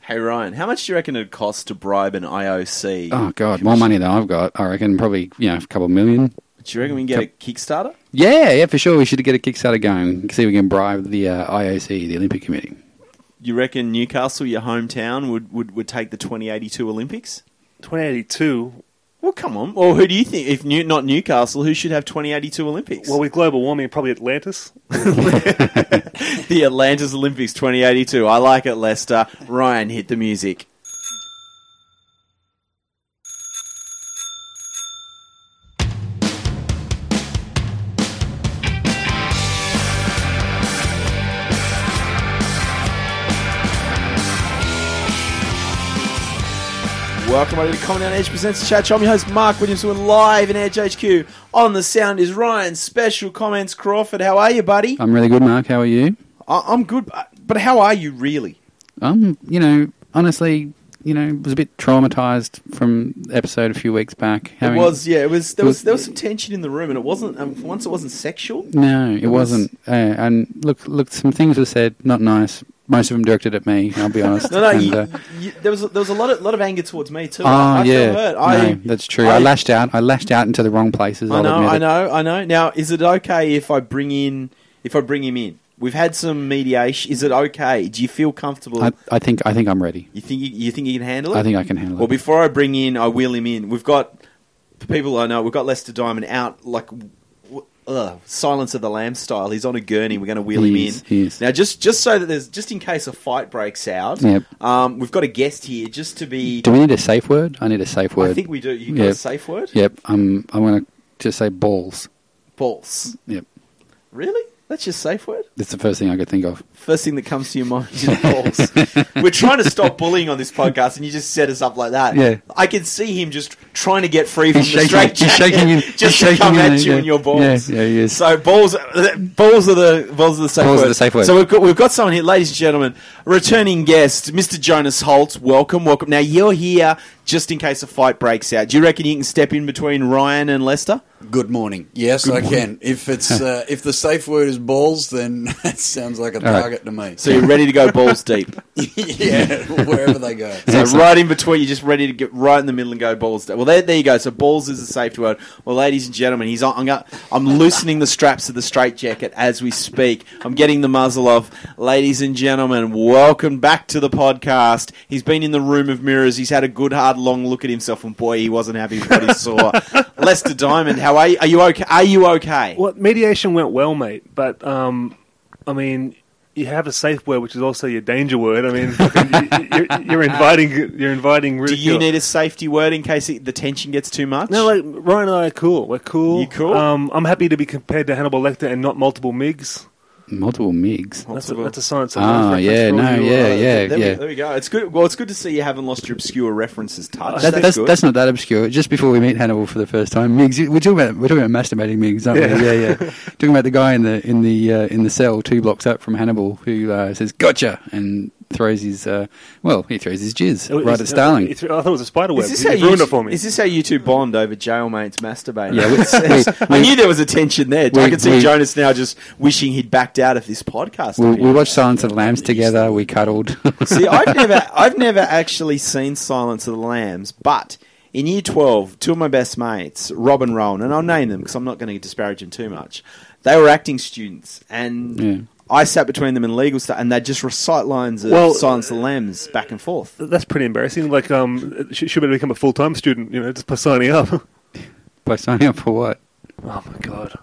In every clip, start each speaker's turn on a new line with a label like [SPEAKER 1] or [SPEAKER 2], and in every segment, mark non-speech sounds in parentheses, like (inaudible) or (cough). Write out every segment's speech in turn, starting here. [SPEAKER 1] Hey Ryan, how much do you reckon it'd cost to bribe an IOC?
[SPEAKER 2] Oh god, more money than I've got. I reckon probably you know a couple million.
[SPEAKER 1] Do you reckon we can get a Kickstarter?
[SPEAKER 2] Yeah, yeah, for sure. We should get a Kickstarter going. See if we can bribe the uh, IOC, the Olympic Committee.
[SPEAKER 1] You reckon Newcastle, your hometown, would, would, would take the 2082 Olympics?
[SPEAKER 3] 2082.
[SPEAKER 1] Well, come on. Well, who do you think? If new, not Newcastle, who should have 2082 Olympics?
[SPEAKER 3] Well, with global warming, probably Atlantis.
[SPEAKER 1] (laughs) the Atlantis Olympics 2082. I like it, Lester. Ryan, hit the music. Welcome everybody to Common Down Edge Presents Chat Show. I'm your host Mark Williams. We're live in Edge HQ. On the sound is Ryan. Special comments Crawford. How are you, buddy?
[SPEAKER 2] I'm really good, Mark. How are you?
[SPEAKER 1] I- I'm good, but- but how are you really?
[SPEAKER 2] Um, you know, honestly, you know, was a bit traumatized from the episode a few weeks back.
[SPEAKER 1] It
[SPEAKER 2] Having-
[SPEAKER 1] was yeah. It was there
[SPEAKER 2] it
[SPEAKER 1] was
[SPEAKER 2] was-
[SPEAKER 1] there was some tension in the room, and it wasn't um, once it wasn't sexual.
[SPEAKER 2] No, it,
[SPEAKER 1] was-
[SPEAKER 2] wasn't. Uh, and look, look, some things were said, not nice. Most of them directed at me.
[SPEAKER 1] (laughs)
[SPEAKER 2] I'll be honest.
[SPEAKER 1] No, no.
[SPEAKER 2] And,
[SPEAKER 1] you,
[SPEAKER 2] uh,
[SPEAKER 1] you, there was there was a lot of lot of anger towards me too.
[SPEAKER 2] oh
[SPEAKER 1] I, Ah, I
[SPEAKER 2] yeah,
[SPEAKER 1] feel hurt.
[SPEAKER 2] no,
[SPEAKER 1] I,
[SPEAKER 2] that's true. I,
[SPEAKER 1] I-
[SPEAKER 2] lashed out. I lashed out into the wrong places.
[SPEAKER 1] I
[SPEAKER 2] I'll
[SPEAKER 1] know,
[SPEAKER 2] admit
[SPEAKER 1] I
[SPEAKER 2] it.
[SPEAKER 1] know, I know. Now, is it okay if I bring in if I bring him in? We've had some mediation. Is it okay? Do you feel comfortable?
[SPEAKER 2] I, I think. I think I'm ready.
[SPEAKER 1] you think you, you think you can handle it?
[SPEAKER 2] I think I can handle
[SPEAKER 1] Well,
[SPEAKER 2] it.
[SPEAKER 1] before I bring in, I wheel him in. We've got for people I know. We've got Lester Diamond out like w- ugh, Silence of the Lamb style. He's on a gurney. We're going to wheel
[SPEAKER 2] He
[SPEAKER 1] him
[SPEAKER 2] is,
[SPEAKER 1] in
[SPEAKER 2] he is.
[SPEAKER 1] now. Just just so that there's just in case a fight breaks out.
[SPEAKER 2] Yep.
[SPEAKER 1] Um, we've got a guest here just to be.
[SPEAKER 2] Do we need a safe word? I need a safe word.
[SPEAKER 1] I think we do. You got
[SPEAKER 2] Yep.
[SPEAKER 1] a safe word?
[SPEAKER 2] Yep. I'm. I'm gonna just say balls.
[SPEAKER 1] Balls.
[SPEAKER 2] Yep.
[SPEAKER 1] Really? That's your safe word?
[SPEAKER 2] That's the first thing I could think of.
[SPEAKER 1] First thing that comes to your mind is
[SPEAKER 2] (laughs)
[SPEAKER 1] balls. We're trying to stop bullying on this podcast, and you just set us up like that.
[SPEAKER 2] Yeah.
[SPEAKER 1] I can see him just trying to get free from
[SPEAKER 2] He's
[SPEAKER 1] the
[SPEAKER 2] shaking-
[SPEAKER 1] straight
[SPEAKER 2] he's shaking in- he's
[SPEAKER 1] just to
[SPEAKER 2] shaking
[SPEAKER 1] come
[SPEAKER 2] in
[SPEAKER 1] at
[SPEAKER 2] there,
[SPEAKER 1] you
[SPEAKER 2] yeah.
[SPEAKER 1] and your balls.
[SPEAKER 2] Yeah, yeah, he is.
[SPEAKER 1] So balls, balls are the balls are the safe
[SPEAKER 2] Balls
[SPEAKER 1] word.
[SPEAKER 2] are the safe word.
[SPEAKER 1] So we've got we've got someone here, ladies and gentlemen, returning guest, Mr. Jonas Holt. Welcome, welcome. Now you're here just in case a fight breaks out. Do you reckon you can step in between Ryan and Lester?
[SPEAKER 4] Good morning. Yes, I can.
[SPEAKER 1] (laughs)
[SPEAKER 4] If it's uh, if the safe word is balls, then (laughs) that sounds like a
[SPEAKER 2] right.
[SPEAKER 4] target to me.
[SPEAKER 1] (laughs) So you're ready to
[SPEAKER 2] (laughs)
[SPEAKER 1] go balls deep.
[SPEAKER 4] (laughs) yeah, wherever they go.
[SPEAKER 1] (laughs) So
[SPEAKER 2] Excellent.
[SPEAKER 1] right in between, you're just ready to get right in the middle and go balls. down. Well, there, there you go. So balls is a safety word. Well, ladies and gentlemen, he's on, I'm, go- I'm loosening the straps of the straitjacket as we speak. I'm getting the muzzle off. Ladies and gentlemen, welcome back to the podcast. He's been in the room of mirrors. He's had a good, hard, long look at himself, and boy, he wasn't happy with what he
[SPEAKER 3] (laughs)
[SPEAKER 1] saw. Lester Diamond, how are you? Are you okay? Are you okay?
[SPEAKER 3] Well, mediation went well, mate. But um, I mean, you have a safe word, which is also your danger word. I mean, (laughs) fucking, you- you're, you're inviting you're inviting
[SPEAKER 1] Do
[SPEAKER 3] ridicule.
[SPEAKER 1] you need a safety word in case it, the tension gets too much?
[SPEAKER 3] No, like Ryan and I are cool. We're cool.
[SPEAKER 1] You cool?
[SPEAKER 3] Um, I'm happy to be compared to Hannibal Lecter and not multiple MIGs.
[SPEAKER 2] Multiple migs.
[SPEAKER 3] That's a,
[SPEAKER 1] Multiple-
[SPEAKER 3] that's a science. of
[SPEAKER 2] Ah,
[SPEAKER 3] reference
[SPEAKER 2] yeah,
[SPEAKER 3] for all
[SPEAKER 2] no,
[SPEAKER 3] you,
[SPEAKER 2] yeah,
[SPEAKER 3] uh,
[SPEAKER 2] yeah,
[SPEAKER 1] there,
[SPEAKER 2] yeah.
[SPEAKER 1] We, there we go. It's good. Well, it's good to see you haven't lost your obscure references touch.
[SPEAKER 2] That, that's
[SPEAKER 1] good.
[SPEAKER 2] that's not that obscure. Just before we meet Hannibal for the first time, Migs, you- we're talking about we're talking about masturbating Migs, aren't we? Yeah, yeah.
[SPEAKER 1] (laughs)
[SPEAKER 2] talking about the guy in the in the uh, in the cell two blocks up from Hannibal who uh, says "gotcha" and throws his uh, well, he throws his jizz
[SPEAKER 3] It
[SPEAKER 1] Oh,
[SPEAKER 3] was-
[SPEAKER 2] right at Starling.
[SPEAKER 3] it- it- I thought it was a spider web.
[SPEAKER 1] Is this
[SPEAKER 3] You
[SPEAKER 1] how you
[SPEAKER 3] ruined it for me.
[SPEAKER 1] Is this how you two bond over jailmates masturbating? (laughs)
[SPEAKER 2] Yeah, we-
[SPEAKER 1] It's-
[SPEAKER 2] we-
[SPEAKER 1] I knew there was a tension there. I
[SPEAKER 2] we-
[SPEAKER 1] can see
[SPEAKER 2] we-
[SPEAKER 1] Jonas now just wishing he'd backed out of this podcast.
[SPEAKER 2] We, we
[SPEAKER 1] appearance.
[SPEAKER 2] watched Silence of the Lambs together. We cuddled. (laughs)
[SPEAKER 1] see, I've never, I've never actually seen Silence of the Lambs, but. In year 12, two of my best mates, Rob and Rowan, and I'll name them because I'm not going to disparage them too much, they were acting students, and
[SPEAKER 2] Yeah.
[SPEAKER 1] I sat between them in legal stuff, and they'd just recite lines of
[SPEAKER 3] Well,
[SPEAKER 1] Silence of the Lambs back and forth.
[SPEAKER 3] That's pretty embarrassing. Like, um, she should better become a full time student. You know, just by signing up. (laughs) oh
[SPEAKER 2] By signing up for what?
[SPEAKER 3] my god,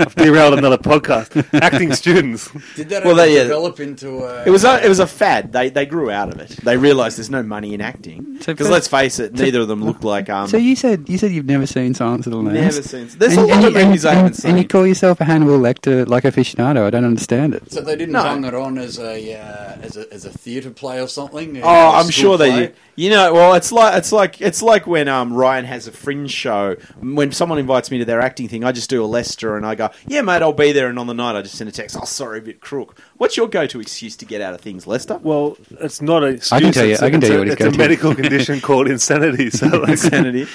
[SPEAKER 3] I've derailed another podcast. Acting students.
[SPEAKER 4] Did that
[SPEAKER 1] Well,
[SPEAKER 4] well,
[SPEAKER 1] they- yeah.
[SPEAKER 4] develop into a?
[SPEAKER 1] It was a, it was a fad. They they grew out of it. They realised there's no money in acting.
[SPEAKER 2] So
[SPEAKER 1] Because
[SPEAKER 2] first-
[SPEAKER 1] let's face it, neither of them looked like um.
[SPEAKER 2] So you said you said you've never seen Silence of the Lambs.
[SPEAKER 1] Never seen- there's a lot of
[SPEAKER 2] you-
[SPEAKER 1] movies I
[SPEAKER 2] and-
[SPEAKER 1] haven't
[SPEAKER 2] And you
[SPEAKER 1] seen.
[SPEAKER 2] call yourself a Hannibal Lecter like aficionado? I don't understand it.
[SPEAKER 4] So they didn't
[SPEAKER 1] No.
[SPEAKER 4] hung it on as a uh, as a as a theatre play or something.
[SPEAKER 1] oh, I'm sure they did. You know, well, it's like it's like it's like when um Ryan has a fringe show. When someone invites me to their acting thing, I just do a Lester and I go, "Yeah, mate, I'll be there." And on the night, I just send a text. Oh, sorry, a bit crook. What's your go-to excuse to get out of things, Lester? (laughs)
[SPEAKER 3] Well, it's not a. Excuse.
[SPEAKER 2] I can tell you-
[SPEAKER 3] It's
[SPEAKER 2] I can
[SPEAKER 3] it's
[SPEAKER 2] tell you
[SPEAKER 3] a,
[SPEAKER 2] what he's
[SPEAKER 3] It's
[SPEAKER 2] going
[SPEAKER 3] a
[SPEAKER 2] to.
[SPEAKER 3] medical
[SPEAKER 2] (laughs)
[SPEAKER 3] condition called insanity. So, like,
[SPEAKER 1] Insanity.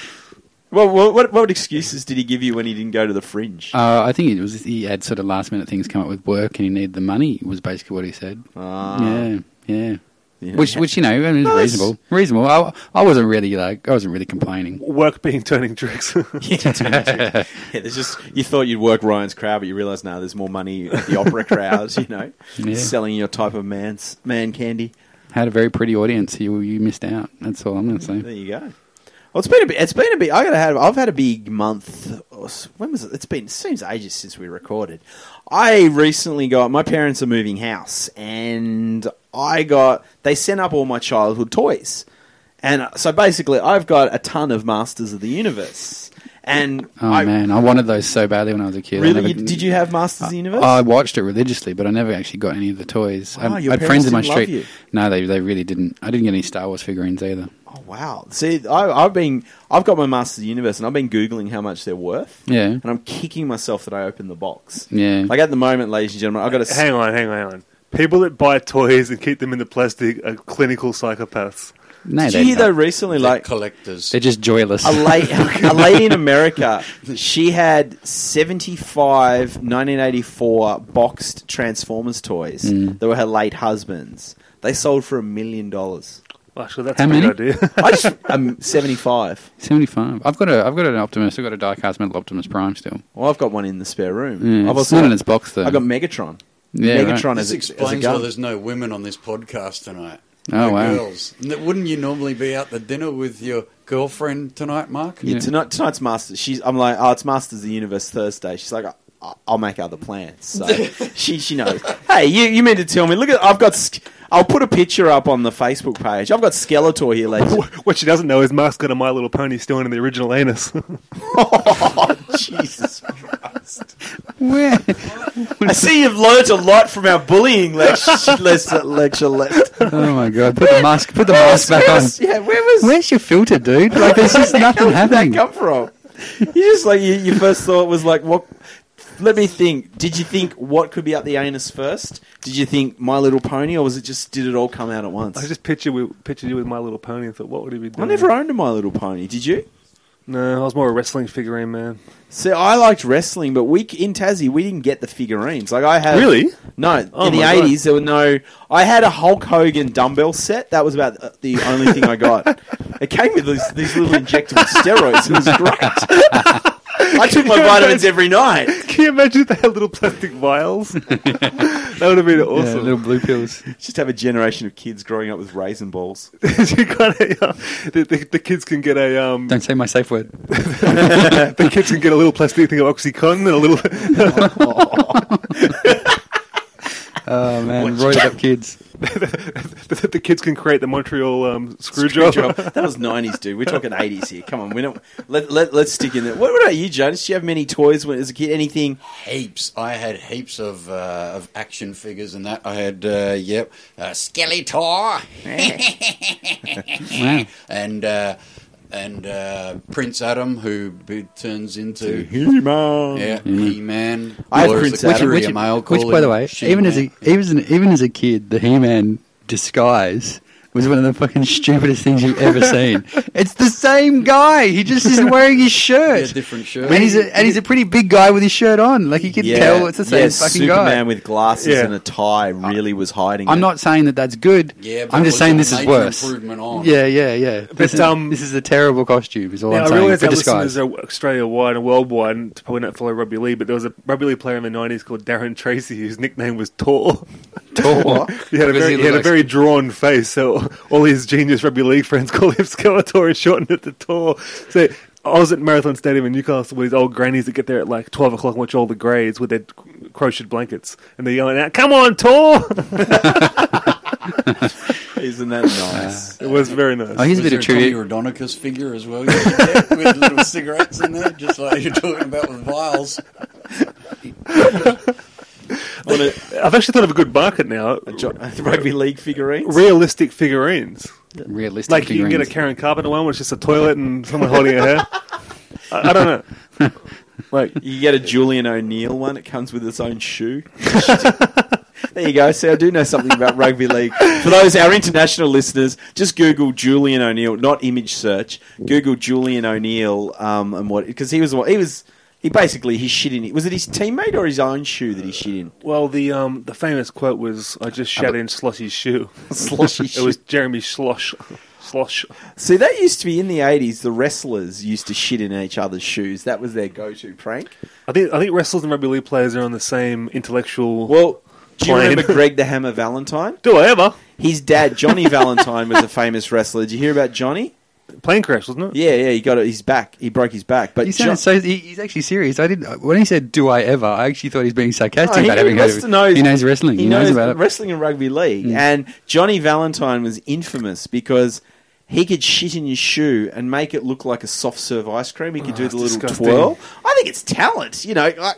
[SPEAKER 1] Well, what, what what excuses did he give you when he didn't go to the fringe?
[SPEAKER 2] Uh, I think it was he had sort of last minute things come up with work and he needed the money was basically what he said.
[SPEAKER 1] Ah.
[SPEAKER 2] Yeah, yeah.
[SPEAKER 1] Yeah.
[SPEAKER 2] Which, which you know, I mean, it's
[SPEAKER 1] No, it's-
[SPEAKER 2] reasonable, reasonable. I, I wasn't really like, I wasn't really complaining.
[SPEAKER 3] Work being turning tricks.
[SPEAKER 1] (laughs) yeah, there's just you thought you'd work Ryan's crowd, but you realise now there's more money at the opera crowds. You know,
[SPEAKER 2] (laughs) Yeah.
[SPEAKER 1] selling your type of man's man candy.
[SPEAKER 2] Had a very pretty audience. You, you missed out. That's all I'm going to
[SPEAKER 1] There
[SPEAKER 2] say.
[SPEAKER 1] you go. Well, it's been a bit. It's been a bit. I gotta have. I've had a big month. or s- When was it? It's been. It seems ages since we recorded. I recently got. My parents are moving house, and I got. They sent up all my childhood toys, and uh, so basically, I've got a ton of Masters of the Universe. And
[SPEAKER 2] Oh
[SPEAKER 1] I
[SPEAKER 2] man, I wanted those so badly when I was a kid. I
[SPEAKER 1] really
[SPEAKER 2] never-
[SPEAKER 1] you- did. You have Masters of the Universe?
[SPEAKER 2] I watched it religiously, but I never actually got any of the toys.
[SPEAKER 1] Wow,
[SPEAKER 2] I,
[SPEAKER 1] your
[SPEAKER 2] I had friends in my
[SPEAKER 1] parents
[SPEAKER 2] street.
[SPEAKER 1] didn't love
[SPEAKER 2] No, they they really didn't. I didn't get any Star Wars figurines either.
[SPEAKER 1] oh wow! See, I, I've been. I've got my Masters of the Universe, and I've been googling how much they're worth.
[SPEAKER 2] Yeah,
[SPEAKER 1] And I'm kicking myself that I opened the box.
[SPEAKER 2] yeah.
[SPEAKER 1] Like at the moment, ladies and gentlemen, I've got a.
[SPEAKER 3] hang on, hang on, hang on. People that buy toys and keep them in the plastic are clinical psychopaths.
[SPEAKER 2] no,
[SPEAKER 1] Did
[SPEAKER 2] they're
[SPEAKER 1] you hear
[SPEAKER 2] not.
[SPEAKER 1] though recently,
[SPEAKER 4] Like
[SPEAKER 1] like
[SPEAKER 4] collectors.
[SPEAKER 2] They're just joyless.
[SPEAKER 1] a lady, a lady in
[SPEAKER 2] (laughs)
[SPEAKER 1] America, she had 75 1984 boxed Transformers toys
[SPEAKER 2] Mm.
[SPEAKER 1] that were her late husband's. They sold for a million dollars.
[SPEAKER 3] Well, Actually, that's
[SPEAKER 2] How
[SPEAKER 3] a
[SPEAKER 2] many?
[SPEAKER 3] good
[SPEAKER 2] (laughs)
[SPEAKER 3] idea.
[SPEAKER 1] I just (laughs) um, 75.
[SPEAKER 2] (laughs) Seventy-five. I've got a. I've got an Optimus. I've got a die-cast metal Optimus Prime still.
[SPEAKER 1] Well, I've got one in the spare room.
[SPEAKER 2] Yeah,
[SPEAKER 1] I've
[SPEAKER 2] Mm. it's not in
[SPEAKER 1] got-
[SPEAKER 2] its box, though.
[SPEAKER 1] I've got Megatron.
[SPEAKER 2] Yeah, right.
[SPEAKER 1] Megatron as, a, as
[SPEAKER 4] This
[SPEAKER 1] a
[SPEAKER 4] explains why
[SPEAKER 1] gun.
[SPEAKER 4] there's no women on this podcast tonight.
[SPEAKER 2] Oh,
[SPEAKER 4] no
[SPEAKER 2] wow.
[SPEAKER 4] girls. N- Wouldn't you normally be out to dinner with your girlfriend tonight, Mark?
[SPEAKER 1] Yeah,
[SPEAKER 2] Yeah.
[SPEAKER 1] tonight, tonight's Masters. She's. I'm like, oh, it's Masters of the Universe Thursday. She's like, I- I'll make other plans. So (laughs) she she knows. Hey, you you meant to tell me? Look at I've got. sk- I'll put a picture up on the Facebook page. I've got Skeletor here, ladies.
[SPEAKER 3] what she doesn't know is Mark's got a My Little Pony still in the original anus. (laughs)
[SPEAKER 1] oh, (laughs) Jesus!
[SPEAKER 2] (laughs) Where?
[SPEAKER 1] I see you've learnt a lot from our bullying lecture. (laughs) lecture, lecture, lecture.
[SPEAKER 2] oh my god! Put the mask. Put the mask back on.
[SPEAKER 1] Yeah, where was?
[SPEAKER 2] Where's your filter, dude? Like,
[SPEAKER 1] (laughs)
[SPEAKER 2] there's just nothing happening.
[SPEAKER 1] come (laughs) from? You just like you, your first thought was like, what? Let me think. Did you think what could be up the anus first? Did you think My Little Pony, or was it just did it all come out at once?
[SPEAKER 3] I
[SPEAKER 1] I,
[SPEAKER 3] just pictured, we, pictured you with My Little Pony and thought, what would he be doing?
[SPEAKER 1] never owned a My Little Pony. Did you?
[SPEAKER 3] No, I was more a wrestling figurine man.
[SPEAKER 1] See, I liked wrestling, but we in Tassie we didn't get the figurines. Like I had
[SPEAKER 3] Really?
[SPEAKER 1] no.
[SPEAKER 3] Oh
[SPEAKER 1] in the
[SPEAKER 3] my God.
[SPEAKER 1] eighties, there were no. I had a Hulk Hogan dumbbell set. That was about the- the only thing I
[SPEAKER 3] (laughs)
[SPEAKER 1] got. it came with these, these little injectable steroids. It was
[SPEAKER 3] (laughs)
[SPEAKER 1] great. I took my vitamins every night.
[SPEAKER 3] Can you imagine if they had little
[SPEAKER 2] (laughs)
[SPEAKER 3] plastic vials? that would have been
[SPEAKER 2] Yeah,
[SPEAKER 3] awesome.
[SPEAKER 2] little blue pills.
[SPEAKER 1] Just have a generation of kids growing up with raisin balls.
[SPEAKER 3] (laughs) you got a, uh, the, the, the kids can get a um,
[SPEAKER 2] Don't say my safe word.
[SPEAKER 3] (laughs) the kids can get a little plastic thing of OxyContin and a little. (laughs)
[SPEAKER 2] Oh man, roided up kids.
[SPEAKER 3] the, the kids can create the Montreal um,
[SPEAKER 1] Screw
[SPEAKER 3] screwdriver.
[SPEAKER 1] job.
[SPEAKER 3] (laughs)
[SPEAKER 1] That was nineties, dude. We're talking eighties here. Come on, we don't. Let, let, let's stick in there. What, what about you, Jonas? Do you have many toys when as a kid? Anything?
[SPEAKER 4] Heaps. I had heaps of uh, of action figures and that. I had, uh, yep, uh, Skeletor
[SPEAKER 2] Wow.
[SPEAKER 4] and uh, and uh, Prince Adam, who be- turns into yeah,
[SPEAKER 2] Mm-hmm.
[SPEAKER 4] He Man.
[SPEAKER 1] I had Prince Adam.
[SPEAKER 2] which, which, by the way, even as a, even as an, even as a kid, the He-Man disguise was one of the fucking stupidest things you've ever seen. it's the same guy. He just isn't wearing his shirt.
[SPEAKER 4] Yeah, different shirt.
[SPEAKER 2] and he's a, and he's a pretty big guy with his shirt on. Like you can tell, it's the same
[SPEAKER 1] yeah,
[SPEAKER 2] fucking
[SPEAKER 1] Superman
[SPEAKER 2] guy.
[SPEAKER 1] with glasses
[SPEAKER 3] Yeah.
[SPEAKER 1] and a tie really was hiding.
[SPEAKER 2] I'm
[SPEAKER 1] it.
[SPEAKER 2] not saying that that's good.
[SPEAKER 4] Yeah, but
[SPEAKER 2] I'm
[SPEAKER 4] it
[SPEAKER 2] just
[SPEAKER 4] was
[SPEAKER 2] saying
[SPEAKER 4] a
[SPEAKER 2] this is
[SPEAKER 4] major
[SPEAKER 2] worse.
[SPEAKER 4] improvement on.
[SPEAKER 2] Yeah, yeah, yeah. this, is,
[SPEAKER 3] um,
[SPEAKER 2] this is a terrible costume. Is all
[SPEAKER 3] Now,
[SPEAKER 2] I'm
[SPEAKER 3] I
[SPEAKER 2] saying.
[SPEAKER 3] realise
[SPEAKER 2] for
[SPEAKER 3] our
[SPEAKER 2] disguise.
[SPEAKER 3] (laughs) listeners are Australia wide and worldwide, and to probably not follow rugby league. But there was a rugby league player in the '90s called Darren Tracy, whose nickname was Tor. (laughs)
[SPEAKER 2] tall.
[SPEAKER 3] He had
[SPEAKER 2] Because
[SPEAKER 3] a very,
[SPEAKER 2] he
[SPEAKER 3] he had a
[SPEAKER 2] looks-
[SPEAKER 3] very drawn face, so all his genius rugby league friends (laughs) called him Skeletor and shortened it to Tor. So I was at Marathon Stadium in Newcastle with these old grannies that get there at like 12 o'clock and watch all the grades with their crocheted blankets. And they're yelling out, Come on, Tor! (laughs)
[SPEAKER 1] Isn't that
[SPEAKER 3] (laughs)
[SPEAKER 1] nice?
[SPEAKER 3] It was very nice.
[SPEAKER 2] Oh, here's a bit
[SPEAKER 4] Was there
[SPEAKER 2] of
[SPEAKER 4] a Tommy
[SPEAKER 2] trivia.
[SPEAKER 4] Rodonicus figure as well? (laughs) Yeah, with little cigarettes in there, just like you're talking about with vials.
[SPEAKER 3] I've actually thought of a good market now.
[SPEAKER 1] Jo- (laughs) Rugby league figurines.
[SPEAKER 3] Realistic figurines.
[SPEAKER 2] Realistic.
[SPEAKER 3] Like you can get a
[SPEAKER 2] figurines.
[SPEAKER 3] Karen Carpenter one, which is just a toilet and someone holding her
[SPEAKER 2] (laughs)
[SPEAKER 3] hair. I, I don't know. Like,
[SPEAKER 1] You get a Julian O'Neill one. It comes with its own shoe. (laughs) there you go. See, I do know something about rugby league. For those our international listeners, just Google Julian O'Neill, not image search. Google Julian O'Neill um, and what because he was he was He basically he shit in it. Was it his teammate or his own shoe that he shit in?
[SPEAKER 3] Well, the um, the famous quote was, "I just shat in Sloshy's shoe."
[SPEAKER 1] Sloshy's
[SPEAKER 3] It was Jeremy Slosh. Slosh.
[SPEAKER 1] See, that used to be in the eighties. The wrestlers used to shit in each other's shoes. That was their go-to prank.
[SPEAKER 3] I think I think wrestlers and rugby league players are on the same intellectual.
[SPEAKER 1] Well, do you
[SPEAKER 3] Plain.
[SPEAKER 1] remember Greg the Hammer Valentine?
[SPEAKER 3] do I ever?
[SPEAKER 1] His dad, Johnny Valentine, was a famous wrestler. Did you hear about Johnny?
[SPEAKER 3] Plane crash, wasn't it?
[SPEAKER 1] Yeah, yeah, he got it. His back. He broke his back. But
[SPEAKER 2] He sounds so. He, he's actually serious. I didn't. When he said, "Do I ever?" I actually thought he's being sarcastic
[SPEAKER 1] No,
[SPEAKER 2] about having heard.
[SPEAKER 1] must
[SPEAKER 2] of it.
[SPEAKER 1] knows-
[SPEAKER 2] he knows wrestling. He, knows, about it. Mm.
[SPEAKER 1] wrestling and rugby league. And Johnny Valentine was infamous because he could shit in his shoe and make it look like a soft serve ice cream. He could do
[SPEAKER 2] Oh,
[SPEAKER 3] that's
[SPEAKER 1] the little
[SPEAKER 3] disgusting.
[SPEAKER 1] twirl. I think it's talent. You know, I,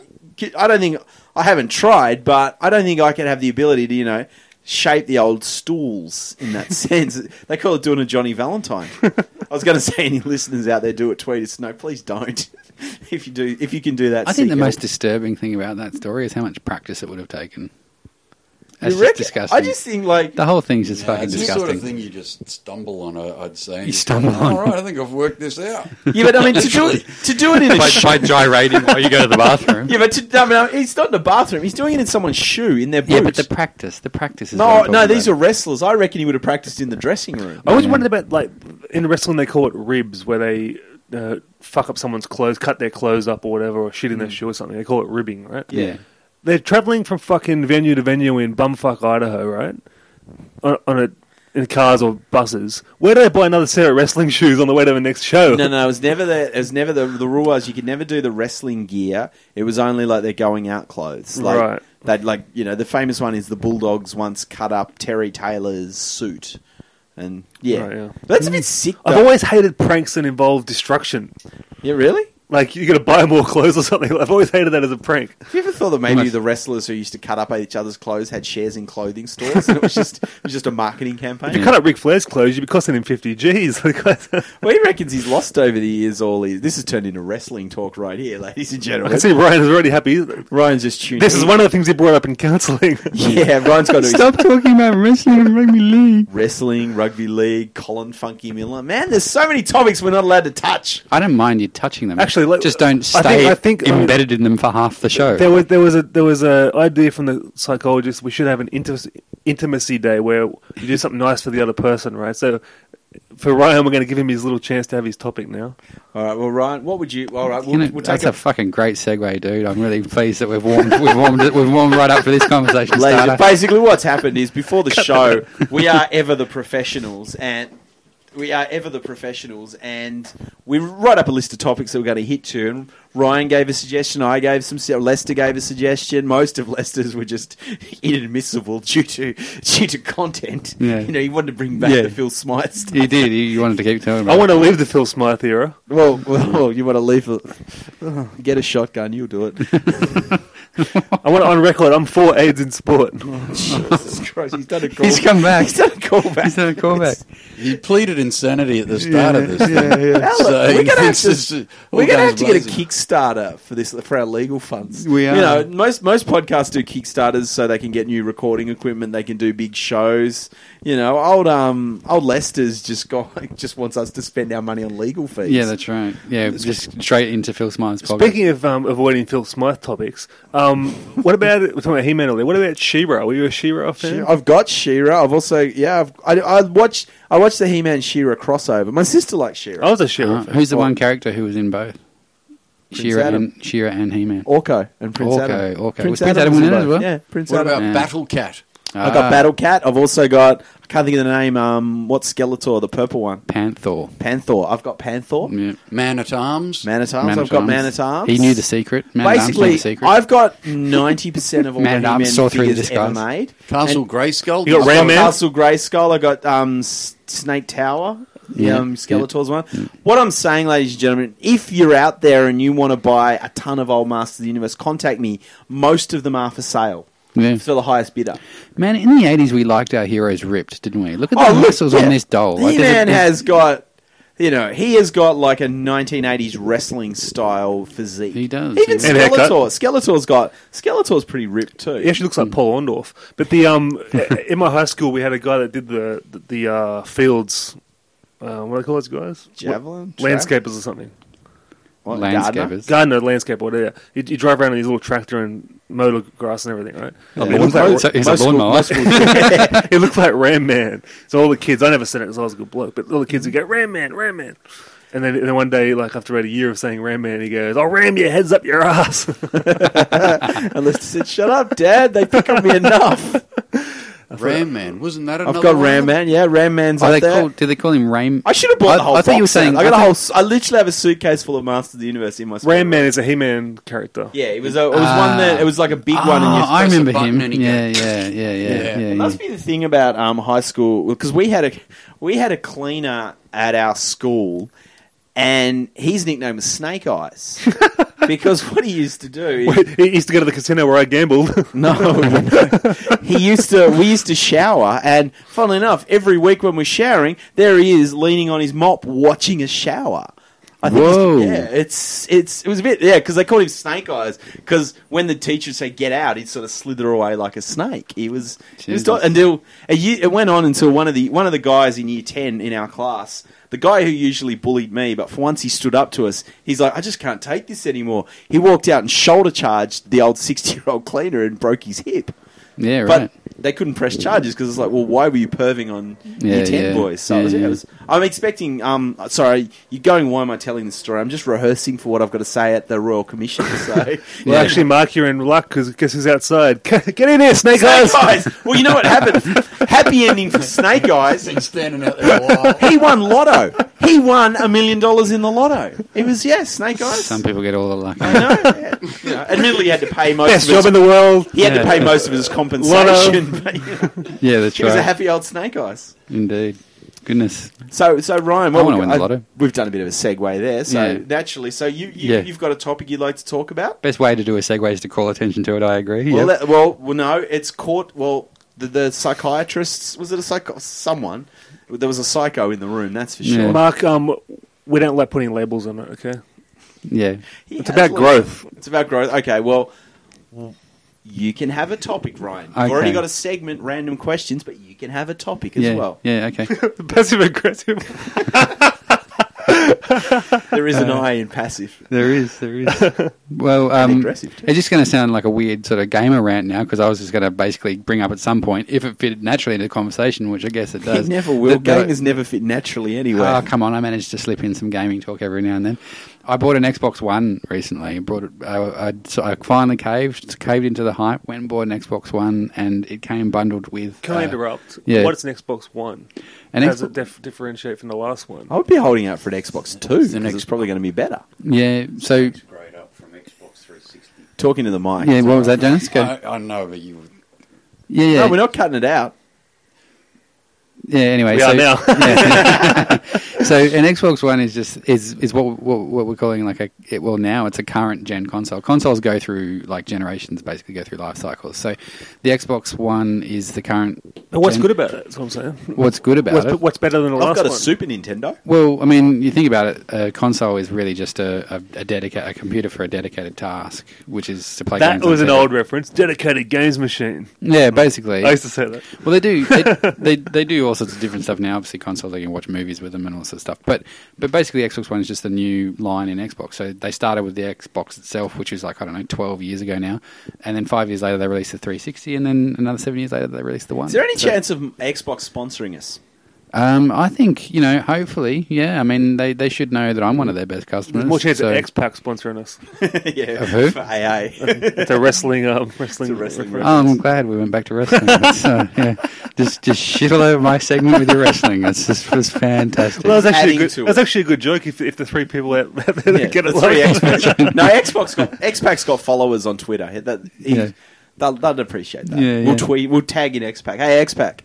[SPEAKER 1] I don't think I haven't tried, but I don't think I can have the ability to you know. Shape the old stools in that (laughs) sense. They call it doing a Johnny Valentine. I was going to (laughs) say, any listeners out there do it, tweet us. No, please don't. (laughs) if you do, if you can do that,
[SPEAKER 2] I think the
[SPEAKER 1] seek
[SPEAKER 2] most
[SPEAKER 1] help.
[SPEAKER 2] disturbing thing about that story is how much practice it would have taken. That's
[SPEAKER 1] You
[SPEAKER 2] just
[SPEAKER 1] reckon?
[SPEAKER 2] disgusting.
[SPEAKER 1] I just think like
[SPEAKER 2] the whole thing's just
[SPEAKER 4] Yeah,
[SPEAKER 2] fucking
[SPEAKER 4] it's the
[SPEAKER 2] disgusting.
[SPEAKER 4] sort of thing you just stumble on, I- I'd say. and
[SPEAKER 2] You
[SPEAKER 4] just
[SPEAKER 2] stumble
[SPEAKER 4] go,
[SPEAKER 2] on.
[SPEAKER 4] All right, I think I've worked this out. (laughs)
[SPEAKER 1] Yeah, but I mean, to do it, to do it in a
[SPEAKER 2] by,
[SPEAKER 1] shoe.
[SPEAKER 2] by gyrating while you go to the bathroom.
[SPEAKER 1] Yeah, but to, I mean, he's not in the bathroom. He's doing it in someone's shoe, in their boots.
[SPEAKER 2] Yeah, but the practice, the practice is. what
[SPEAKER 1] no,
[SPEAKER 2] I'm
[SPEAKER 1] no,
[SPEAKER 2] talking
[SPEAKER 1] these
[SPEAKER 2] about.
[SPEAKER 1] are wrestlers. I reckon he would have practiced in the dressing room.
[SPEAKER 3] I always wondered about like in wrestling they call it ribs, where they uh, fuck up someone's clothes, cut their clothes up or whatever, or shit in
[SPEAKER 1] Mm.
[SPEAKER 3] their shoe or something. They call it ribbing, right?
[SPEAKER 2] Yeah.
[SPEAKER 3] They're traveling from fucking venue to venue in bumfuck Idaho, right? On, on a in cars or buses. Where do they buy another set of wrestling (laughs) shoes on the way to the next show?
[SPEAKER 1] No, no, it was never the it was never the the rule was you could never do the wrestling gear. It was only like their going out clothes. Like
[SPEAKER 3] Right.
[SPEAKER 1] they'd like you know, the famous one is the Bulldogs once cut up Terry Taylor's suit. And yeah.
[SPEAKER 3] Right, yeah. Mm.
[SPEAKER 1] That's a bit sick
[SPEAKER 3] I've
[SPEAKER 1] though.
[SPEAKER 3] always hated pranks that involve destruction.
[SPEAKER 1] yeah, really?
[SPEAKER 3] Like you got to buy more (laughs) clothes or something. I've always hated that as a prank.
[SPEAKER 1] Have you ever thought that maybe
[SPEAKER 2] Unless-
[SPEAKER 1] the wrestlers who used to cut up each other's clothes had shares in clothing stores, (laughs) and it was just it was just a marketing campaign?
[SPEAKER 3] If you cut up Ric Flair's clothes, you'd be costing him fifty G's. (laughs) I
[SPEAKER 1] Well, he reckons he's lost over the years. All his this has turned into wrestling talk right here, (laughs) ladies and gentlemen.
[SPEAKER 3] can see Ryan is already happy.
[SPEAKER 1] Ryan's just tuning.
[SPEAKER 3] This is
[SPEAKER 1] in.
[SPEAKER 3] one of the things he brought up in (laughs) counselling.
[SPEAKER 1] (laughs) Yeah, Ryan's got to his
[SPEAKER 2] Stop talking about wrestling and rugby league.
[SPEAKER 1] wrestling, rugby league, Colin Funky Miller. Man, there's so many topics we're not allowed to touch.
[SPEAKER 2] I don't mind you touching them.
[SPEAKER 3] Actually, let-
[SPEAKER 2] just don't
[SPEAKER 3] I think-
[SPEAKER 2] stay
[SPEAKER 3] I think-
[SPEAKER 2] embedded in them for half the show.
[SPEAKER 3] There was there was a there was a idea from the psychologist. We should have an inti- intimacy day where you do something nice for the other person, right? So for Ryan, we're going to give him his little chance to have his topic now.
[SPEAKER 1] All right, well, Ryan, what would you? All right,
[SPEAKER 2] You
[SPEAKER 1] we'll,
[SPEAKER 2] know,
[SPEAKER 1] we'll take
[SPEAKER 2] that's
[SPEAKER 1] a.
[SPEAKER 2] a fucking great segue, dude. I'm really pleased that we've warmed we've warmed it- we've warmed right up for this conversation
[SPEAKER 1] Ladies,
[SPEAKER 2] starter.
[SPEAKER 1] basically, what's happened is before (laughs) the show, we are ever the professionals, and we are ever the professionals, and we write up a list of topics that we're going to hit to. And Ryan gave a suggestion, I gave some, su- Lester gave a suggestion. Most of Lester's were just (laughs) inadmissible due to due to content.
[SPEAKER 2] Yeah.
[SPEAKER 1] You know, he wanted to bring back
[SPEAKER 2] Yeah.
[SPEAKER 1] the Phil Smythe stuff.
[SPEAKER 2] You did. You you wanted to keep talking about.
[SPEAKER 3] I
[SPEAKER 2] (laughs)
[SPEAKER 3] want to leave the Phil Smythe era.
[SPEAKER 1] Well, well, well, you want to leave? A, get a (sighs) shotgun, you'll do it.
[SPEAKER 3] I want it on record. I'm for AIDS in sport.
[SPEAKER 1] (laughs) Jesus Christ, he's done a
[SPEAKER 2] it.
[SPEAKER 1] call.
[SPEAKER 2] He's come back.
[SPEAKER 1] He's done a callback.
[SPEAKER 2] He's done
[SPEAKER 1] (laughs)
[SPEAKER 2] a callback.
[SPEAKER 4] He pleaded insanity at the start of this. thing.
[SPEAKER 1] Now,
[SPEAKER 4] So
[SPEAKER 1] look,
[SPEAKER 4] he
[SPEAKER 1] we're gonna have
[SPEAKER 4] thinks
[SPEAKER 1] to,
[SPEAKER 4] this is all
[SPEAKER 1] we're gonna
[SPEAKER 4] guns
[SPEAKER 1] have to get a
[SPEAKER 4] blazing.
[SPEAKER 1] Kickstarter for this for our legal funds.
[SPEAKER 2] We are.
[SPEAKER 1] You know, most most podcasts do Kickstarters so they can get new recording equipment. They can do big shows. You know, old um old Lester's just got (laughs) just wants us to spend our money on legal fees.
[SPEAKER 2] Yeah, that's right. Yeah, just straight into Phil Smythe's pocket.
[SPEAKER 3] Speaking of um, avoiding Phil Smythe topics, um, what about we're talking about He-Man earlier? What about She-Ra? Were you a She-Ra fan?
[SPEAKER 1] She- I've got Shira. I've also yeah. I've, I I watched I watched the He Man Shira crossover. My sister likes Shira.
[SPEAKER 3] I was a She-Ra
[SPEAKER 2] Uh,
[SPEAKER 3] fan.
[SPEAKER 2] who's the one character who was in both? Shira
[SPEAKER 1] Adam. Oh,
[SPEAKER 2] and Shira and He Man.
[SPEAKER 1] Orko and Prince
[SPEAKER 2] Orko,
[SPEAKER 1] Adam.
[SPEAKER 2] Orko. Was Prince Adam
[SPEAKER 1] was
[SPEAKER 2] in it as
[SPEAKER 1] both.
[SPEAKER 2] well?
[SPEAKER 1] Yeah, Prince
[SPEAKER 4] What
[SPEAKER 1] Adam.
[SPEAKER 4] about
[SPEAKER 2] Yeah.
[SPEAKER 4] Battle Cat?
[SPEAKER 1] I've
[SPEAKER 2] Ah,
[SPEAKER 1] got Battle Cat. I've also got I can't think of the name. Um, what's Skeletor, the purple one?
[SPEAKER 2] Panther.
[SPEAKER 1] Panther. I've got Panther.
[SPEAKER 2] Yeah.
[SPEAKER 4] Man at Arms?
[SPEAKER 1] Man at arms. I've got man at arms.
[SPEAKER 2] He knew the secret. Man at arms knew
[SPEAKER 1] Basically,
[SPEAKER 2] the secret.
[SPEAKER 1] I've got ninety percent of all
[SPEAKER 2] (laughs) Man at
[SPEAKER 1] the
[SPEAKER 2] arms
[SPEAKER 1] He-Man
[SPEAKER 2] saw through the
[SPEAKER 1] figures ever
[SPEAKER 2] disguise.
[SPEAKER 1] made.
[SPEAKER 4] Castle Grayskull?
[SPEAKER 3] You got
[SPEAKER 1] I've
[SPEAKER 3] Ram
[SPEAKER 1] got
[SPEAKER 3] Man?
[SPEAKER 1] Castle Grayskull. I got um, S- Snake Tower.
[SPEAKER 2] Yeah.
[SPEAKER 1] Yeah, um, Skeletor's one. What I'm saying, ladies and gentlemen, if you're out there and you want to buy a ton of old Masters of the Universe, contact me. Most of them are for sale.
[SPEAKER 2] Yeah.
[SPEAKER 1] For the highest bidder.
[SPEAKER 2] Man, in the eighties, we liked our heroes ripped, didn't we? Look at
[SPEAKER 1] Oh,
[SPEAKER 2] the
[SPEAKER 1] look,
[SPEAKER 2] muscles
[SPEAKER 1] yeah.
[SPEAKER 2] on this doll. Like,
[SPEAKER 1] He
[SPEAKER 2] there's a-
[SPEAKER 1] Man
[SPEAKER 2] there's-
[SPEAKER 1] has got, you know, he has got like a 1980s wrestling style physique.
[SPEAKER 2] He
[SPEAKER 1] Even
[SPEAKER 2] does, yeah.
[SPEAKER 3] And
[SPEAKER 1] Skeletor.
[SPEAKER 3] haircut.
[SPEAKER 1] Skeletor's got Skeletor's pretty ripped too.
[SPEAKER 3] He actually looks
[SPEAKER 1] Hmm.
[SPEAKER 3] like Paul Orndorff. But the um, (laughs) in my high school, we had a guy that did the the, uh, fields. Uh, what do they call those guys?
[SPEAKER 1] Javelin?
[SPEAKER 3] Landscapers or something.
[SPEAKER 1] What, Gardner?
[SPEAKER 2] landscapers.
[SPEAKER 3] Gardener, landscaper, whatever. You, you drive around in his little tractor and mow the grass and everything, right?
[SPEAKER 2] Yeah.
[SPEAKER 3] It, looks like,
[SPEAKER 2] It's a- it's a
[SPEAKER 1] Most school-
[SPEAKER 2] lawnmower.
[SPEAKER 1] most schools-
[SPEAKER 3] (laughs) it looks like Ram Man. So all the kids, I never said it because I was a good bloke, but all the kids would go, Ram Man, Ram Man. And then, and then one day, like after about a year of saying Ram Man, he goes, I'll ram your heads up your ass. (laughs)
[SPEAKER 1] Unless you said, "Shut up, Dad! They pick on me
[SPEAKER 2] (laughs)
[SPEAKER 1] enough."
[SPEAKER 4] Ram Man, wasn't that another
[SPEAKER 1] I've got
[SPEAKER 4] one?
[SPEAKER 1] Ram
[SPEAKER 4] (laughs)
[SPEAKER 1] Man. Yeah, Ram Man's
[SPEAKER 2] Are
[SPEAKER 1] up
[SPEAKER 2] they
[SPEAKER 1] there.
[SPEAKER 2] called? Do they call him Rain?
[SPEAKER 1] I should have bought
[SPEAKER 2] I-
[SPEAKER 1] the whole.
[SPEAKER 2] I thought you were
[SPEAKER 1] box set.
[SPEAKER 2] saying-
[SPEAKER 1] I got
[SPEAKER 2] I
[SPEAKER 1] a whole. s- I literally have a suitcase full of Masters of the Universe in my. spare
[SPEAKER 3] Ram
[SPEAKER 1] room.
[SPEAKER 3] Man is a He Man character.
[SPEAKER 1] Yeah, it was. A, it was one that it was like a big one. And you
[SPEAKER 2] Ah, I
[SPEAKER 4] press a
[SPEAKER 2] remember
[SPEAKER 4] button
[SPEAKER 2] him.
[SPEAKER 4] and he
[SPEAKER 2] Yeah, yeah, yeah, yeah,
[SPEAKER 4] Yeah.
[SPEAKER 2] yeah. yeah,
[SPEAKER 1] It must be the thing about um, high school because we had a we had a cleaner at our school, and his nickname was Snake Eyes because what he used to do. is-
[SPEAKER 3] (laughs) He used to go to the casino where I gambled. (laughs)
[SPEAKER 1] no, (laughs) he used to. We used to shower, and funnily enough, every week when we're showering, there he is leaning on his mop, watching us shower. I think he's-
[SPEAKER 2] Whoa.
[SPEAKER 1] Yeah, it's it's it was a bit yeah because they called him Snake Eyes because when the teacher would say get out, he'd sort of slither away like a snake. He was he was
[SPEAKER 2] Jesus.
[SPEAKER 1] do- until a year, it went on until one of the one of the guys in year ten in our class, the guy who usually bullied me, but for once he stood up to us. He's like, I just can't take this anymore. He walked out and shoulder charged the old (laughs) sixty year old cleaner and broke his hip.
[SPEAKER 2] yeah,
[SPEAKER 1] But
[SPEAKER 2] right.
[SPEAKER 1] they couldn't press charges because it's like, well, why were you perving on
[SPEAKER 2] Yeah,
[SPEAKER 1] year ten
[SPEAKER 2] yeah.
[SPEAKER 1] boys? So it was,
[SPEAKER 2] Yeah,
[SPEAKER 1] it
[SPEAKER 2] yeah.
[SPEAKER 1] was- I'm expecting. Um, sorry, you're going. Why am I telling this story? I'm just rehearsing for what I've got to say at the Royal Commission. (laughs) So
[SPEAKER 3] Well, actually, Mark, you're in luck because guess who's outside? (laughs) Get in here, Snake
[SPEAKER 1] Snake
[SPEAKER 3] Eyes!
[SPEAKER 1] Eyes. Well, you know what happened. Happy ending for Snake Eyes.
[SPEAKER 4] Been standing out there a
[SPEAKER 2] (laughs)
[SPEAKER 4] while.
[SPEAKER 1] He won Lotto. He won a million dollars in the Lotto. It was yeah, Snake Eyes.
[SPEAKER 2] Some people get all the luck.
[SPEAKER 1] I know. yeah. You know, admittedly, he had to pay most.
[SPEAKER 3] Best
[SPEAKER 1] of his,
[SPEAKER 3] job in the world.
[SPEAKER 1] He had to
[SPEAKER 2] Yeah.
[SPEAKER 1] pay most of his compensation. but, you know,
[SPEAKER 2] yeah, that's
[SPEAKER 1] he was a
[SPEAKER 2] right.
[SPEAKER 1] happy old Snake Eyes.
[SPEAKER 2] Indeed. Goodness.
[SPEAKER 1] So, so Ryan, what
[SPEAKER 2] I wanna
[SPEAKER 1] we-
[SPEAKER 2] win the lotto.
[SPEAKER 1] We've done a bit of a segue there, so
[SPEAKER 2] Yeah.
[SPEAKER 1] naturally, so you, you
[SPEAKER 2] Yeah.
[SPEAKER 1] you've got a topic you'd like to talk about.
[SPEAKER 2] Best way to do a segue is to call attention to it. I agree.
[SPEAKER 1] Well,
[SPEAKER 2] Yep.
[SPEAKER 1] that, well, well, no, it's court. Well, the, the psychiatrists was it a psycho? Someone there was a psycho in the room. That's for sure.
[SPEAKER 2] Yeah.
[SPEAKER 3] Mark, um, we don't like putting labels on it, okay?
[SPEAKER 2] yeah.
[SPEAKER 1] He
[SPEAKER 3] It's
[SPEAKER 1] has
[SPEAKER 3] about
[SPEAKER 1] like-
[SPEAKER 3] growth.
[SPEAKER 1] It's about growth. Okay, well, you can have a topic, Ryan. You've
[SPEAKER 2] Okay.
[SPEAKER 1] already got a segment, random questions, but you can have a topic as
[SPEAKER 2] yeah.
[SPEAKER 1] well. (laughs)
[SPEAKER 2] Yeah. Okay.
[SPEAKER 3] Passive aggressive.
[SPEAKER 1] There is
[SPEAKER 2] (laughs) Uh,
[SPEAKER 1] an I in passive.
[SPEAKER 2] There is, there is. well, um,
[SPEAKER 1] aggressive, too.
[SPEAKER 2] it's just going to sound like a weird sort of gamer rant now because I was just going to basically bring up at some point if it fitted naturally into the conversation, which I guess it does.
[SPEAKER 1] It never will.
[SPEAKER 2] that- that I-
[SPEAKER 1] Gamers never fit naturally anyway.
[SPEAKER 2] Oh, come on! I managed to slip in some gaming talk every now and then. I bought an Xbox One recently. Brought it, I, I, so I finally caved, caved into the hype. Went and bought an Xbox One, and it came bundled with.
[SPEAKER 3] (laughs) Can
[SPEAKER 2] uh,
[SPEAKER 3] I interrupt?
[SPEAKER 2] yeah.
[SPEAKER 3] What is an Xbox One?
[SPEAKER 2] An
[SPEAKER 3] How does
[SPEAKER 2] Xbox-
[SPEAKER 3] it dif- differentiate from the last one?
[SPEAKER 1] I would be holding out for an Xbox Two
[SPEAKER 4] It's an
[SPEAKER 1] because it's
[SPEAKER 4] Xbox.
[SPEAKER 1] probably going to be better.
[SPEAKER 2] Yeah. So
[SPEAKER 4] Grade up from Xbox 360.
[SPEAKER 1] Talking to the mic.
[SPEAKER 2] yeah, what was that, Dennis? Go.
[SPEAKER 3] Uh,
[SPEAKER 4] I, I know, but you.
[SPEAKER 2] yeah, yeah.
[SPEAKER 1] No, we're not cutting it out.
[SPEAKER 2] Yeah. Anyway,
[SPEAKER 3] We
[SPEAKER 2] so,
[SPEAKER 3] are now.
[SPEAKER 2] (laughs)
[SPEAKER 3] (laughs)
[SPEAKER 2] Yeah. so an Xbox One is just is is what what, what we're calling like a it, well now it's a current gen console. Consoles go through like generations, basically go through life cycles. So the Xbox One is the current.
[SPEAKER 3] But what's
[SPEAKER 2] gen-
[SPEAKER 3] good about it? That's what I'm saying.
[SPEAKER 2] What's good about
[SPEAKER 3] What's,
[SPEAKER 2] it?
[SPEAKER 3] what's better than the
[SPEAKER 1] I've
[SPEAKER 3] last
[SPEAKER 1] got a
[SPEAKER 3] one?
[SPEAKER 1] Super Nintendo.
[SPEAKER 2] Well, I mean, you think about it. A console is really just a a, a, dedica- a computer for a dedicated task, which is to play.
[SPEAKER 3] that
[SPEAKER 2] games on
[SPEAKER 3] was an
[SPEAKER 2] TV.
[SPEAKER 3] old reference. Dedicated games machine.
[SPEAKER 2] Yeah, basically.
[SPEAKER 3] I used to say that.
[SPEAKER 2] Well, they
[SPEAKER 3] (laughs)
[SPEAKER 2] do. They, they they do all sorts of different stuff now. Obviously, consoles they can watch movies with them and all sorts of stuff. But but basically, Xbox One is just the new line in Xbox. So they started with the Xbox itself, which is like I don't know, twelve years ago now, and then five years later they released the 360, and then another seven years later they released the One.
[SPEAKER 1] Is there any
[SPEAKER 2] So-
[SPEAKER 1] chance of Xbox sponsoring us? (laughs)
[SPEAKER 2] Um, I think you know. Hopefully, yeah. I mean, they, they should know that I'm one of their best customers.
[SPEAKER 3] There's more chance
[SPEAKER 2] so-
[SPEAKER 3] of X-Pac sponsoring us.
[SPEAKER 1] yeah,
[SPEAKER 2] Of who?
[SPEAKER 1] for
[SPEAKER 2] (laughs)
[SPEAKER 1] AA.
[SPEAKER 3] It's a wrestling, um,
[SPEAKER 1] (laughs) It's
[SPEAKER 3] wrestling,
[SPEAKER 1] a wrestling
[SPEAKER 2] Oh, I'm glad we went back to wrestling. (laughs) so, yeah, just just shit all over my segment with your wrestling. That's just was fantastic.
[SPEAKER 3] Well, that's actually,
[SPEAKER 1] Adding
[SPEAKER 3] a good,
[SPEAKER 1] to
[SPEAKER 3] that's
[SPEAKER 1] it.
[SPEAKER 3] actually a good joke if, if the three people out out there
[SPEAKER 1] Yeah,
[SPEAKER 3] that (laughs) get
[SPEAKER 1] the
[SPEAKER 3] it
[SPEAKER 1] three
[SPEAKER 3] like
[SPEAKER 1] Xbox. no, Xbox got Xbox got followers on Twitter. He- That, he-
[SPEAKER 2] Yeah.
[SPEAKER 1] they'll, they'll appreciate that.
[SPEAKER 2] Yeah,
[SPEAKER 1] We'll
[SPEAKER 2] yeah.
[SPEAKER 1] tweet. We'll tag in Xpac. Hey, Xpac.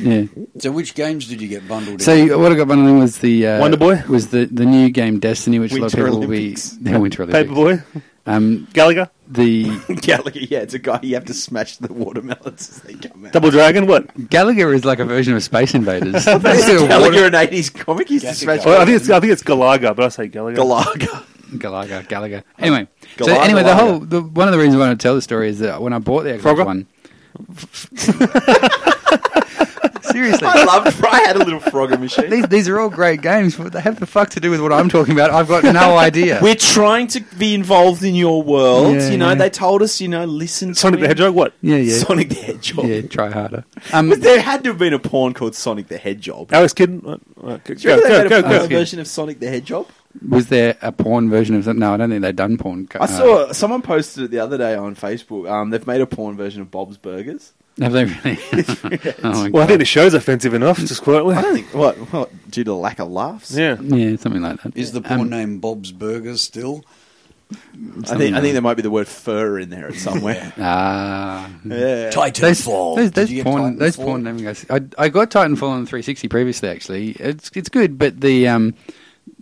[SPEAKER 2] yeah.
[SPEAKER 4] So, which games did you get bundled in?
[SPEAKER 2] So what I got bundling was the uh,
[SPEAKER 3] Wonder Boy?
[SPEAKER 2] was the, the new game Destiny, which
[SPEAKER 1] Winter
[SPEAKER 2] a lot of people
[SPEAKER 1] Olympics.
[SPEAKER 2] will be (laughs) yeah, Winter Olympics.
[SPEAKER 3] Paperboy,
[SPEAKER 2] Um,
[SPEAKER 3] Gallagher,
[SPEAKER 2] the
[SPEAKER 1] Gallagher. (laughs) Yeah, it's a guy you have to smash the watermelons as they come out. (laughs)
[SPEAKER 3] Double Dragon. What?
[SPEAKER 2] Gallagher is like a version of Space
[SPEAKER 3] (laughs)
[SPEAKER 2] Invaders.
[SPEAKER 1] Is
[SPEAKER 2] Gallagher.
[SPEAKER 1] Gallagher an '80s comic? He used to
[SPEAKER 4] Gallagher.
[SPEAKER 1] smash
[SPEAKER 3] Oh, I think it's I think it's Galaga, but I say Gallagher.
[SPEAKER 1] Gallagher.
[SPEAKER 2] Gallagher, Gallagher. Anyway, so
[SPEAKER 1] Gallagher,
[SPEAKER 2] anyway, the
[SPEAKER 1] Gallagher.
[SPEAKER 2] whole the, one of the reasons I want to tell the story is that when I bought the Xbox
[SPEAKER 3] Frogger?
[SPEAKER 2] One. Seriously.
[SPEAKER 1] (laughs) I loved. I had a little Frogger machine.
[SPEAKER 2] These, these are all great games, but they have the fuck to do with what I'm talking about. I've got no idea.
[SPEAKER 1] We're trying to be involved in your world.
[SPEAKER 2] Yeah,
[SPEAKER 1] you know,
[SPEAKER 2] yeah.
[SPEAKER 1] they told us. You know, listen. to
[SPEAKER 3] Sonic the
[SPEAKER 1] him.
[SPEAKER 3] Hedgehog, what?
[SPEAKER 2] yeah, yeah.
[SPEAKER 1] Sonic the Hedgehog.
[SPEAKER 2] yeah, try harder.
[SPEAKER 1] (laughs)
[SPEAKER 2] Um,
[SPEAKER 1] But there had to have been a porn called Sonic the Hedgehog. Do
[SPEAKER 3] Alex Kidd? What? What? Go,
[SPEAKER 1] you remember they made
[SPEAKER 3] go, go,
[SPEAKER 1] a porn
[SPEAKER 3] go.
[SPEAKER 2] go.
[SPEAKER 1] version of Sonic the Hedgehog?
[SPEAKER 2] was there a porn version of something? No, I don't think they'd done porn. uh,
[SPEAKER 1] I saw someone posted it the other day on Facebook. Um, they've made a porn version of Bob's Burgers.
[SPEAKER 2] Have they really? (laughs) oh my
[SPEAKER 3] Well, I
[SPEAKER 2] God.
[SPEAKER 3] think the show's offensive enough, just quietly.
[SPEAKER 1] I don't think what what due to the lack of laughs.
[SPEAKER 3] Yeah.
[SPEAKER 2] Yeah, something like that.
[SPEAKER 4] Is the porn
[SPEAKER 2] Um,
[SPEAKER 4] name Bob's Burgers still?
[SPEAKER 1] I think I think there might be the word fur in there somewhere.
[SPEAKER 2] Ah,
[SPEAKER 1] (laughs) yeah.
[SPEAKER 2] those,
[SPEAKER 4] Titanfall.
[SPEAKER 2] those,
[SPEAKER 4] Did
[SPEAKER 2] those
[SPEAKER 4] you get
[SPEAKER 2] porn, those
[SPEAKER 4] Titanfall?
[SPEAKER 2] porn naming guys. I, I got Titanfall on 360 previously. Actually, it's it's good, but the um,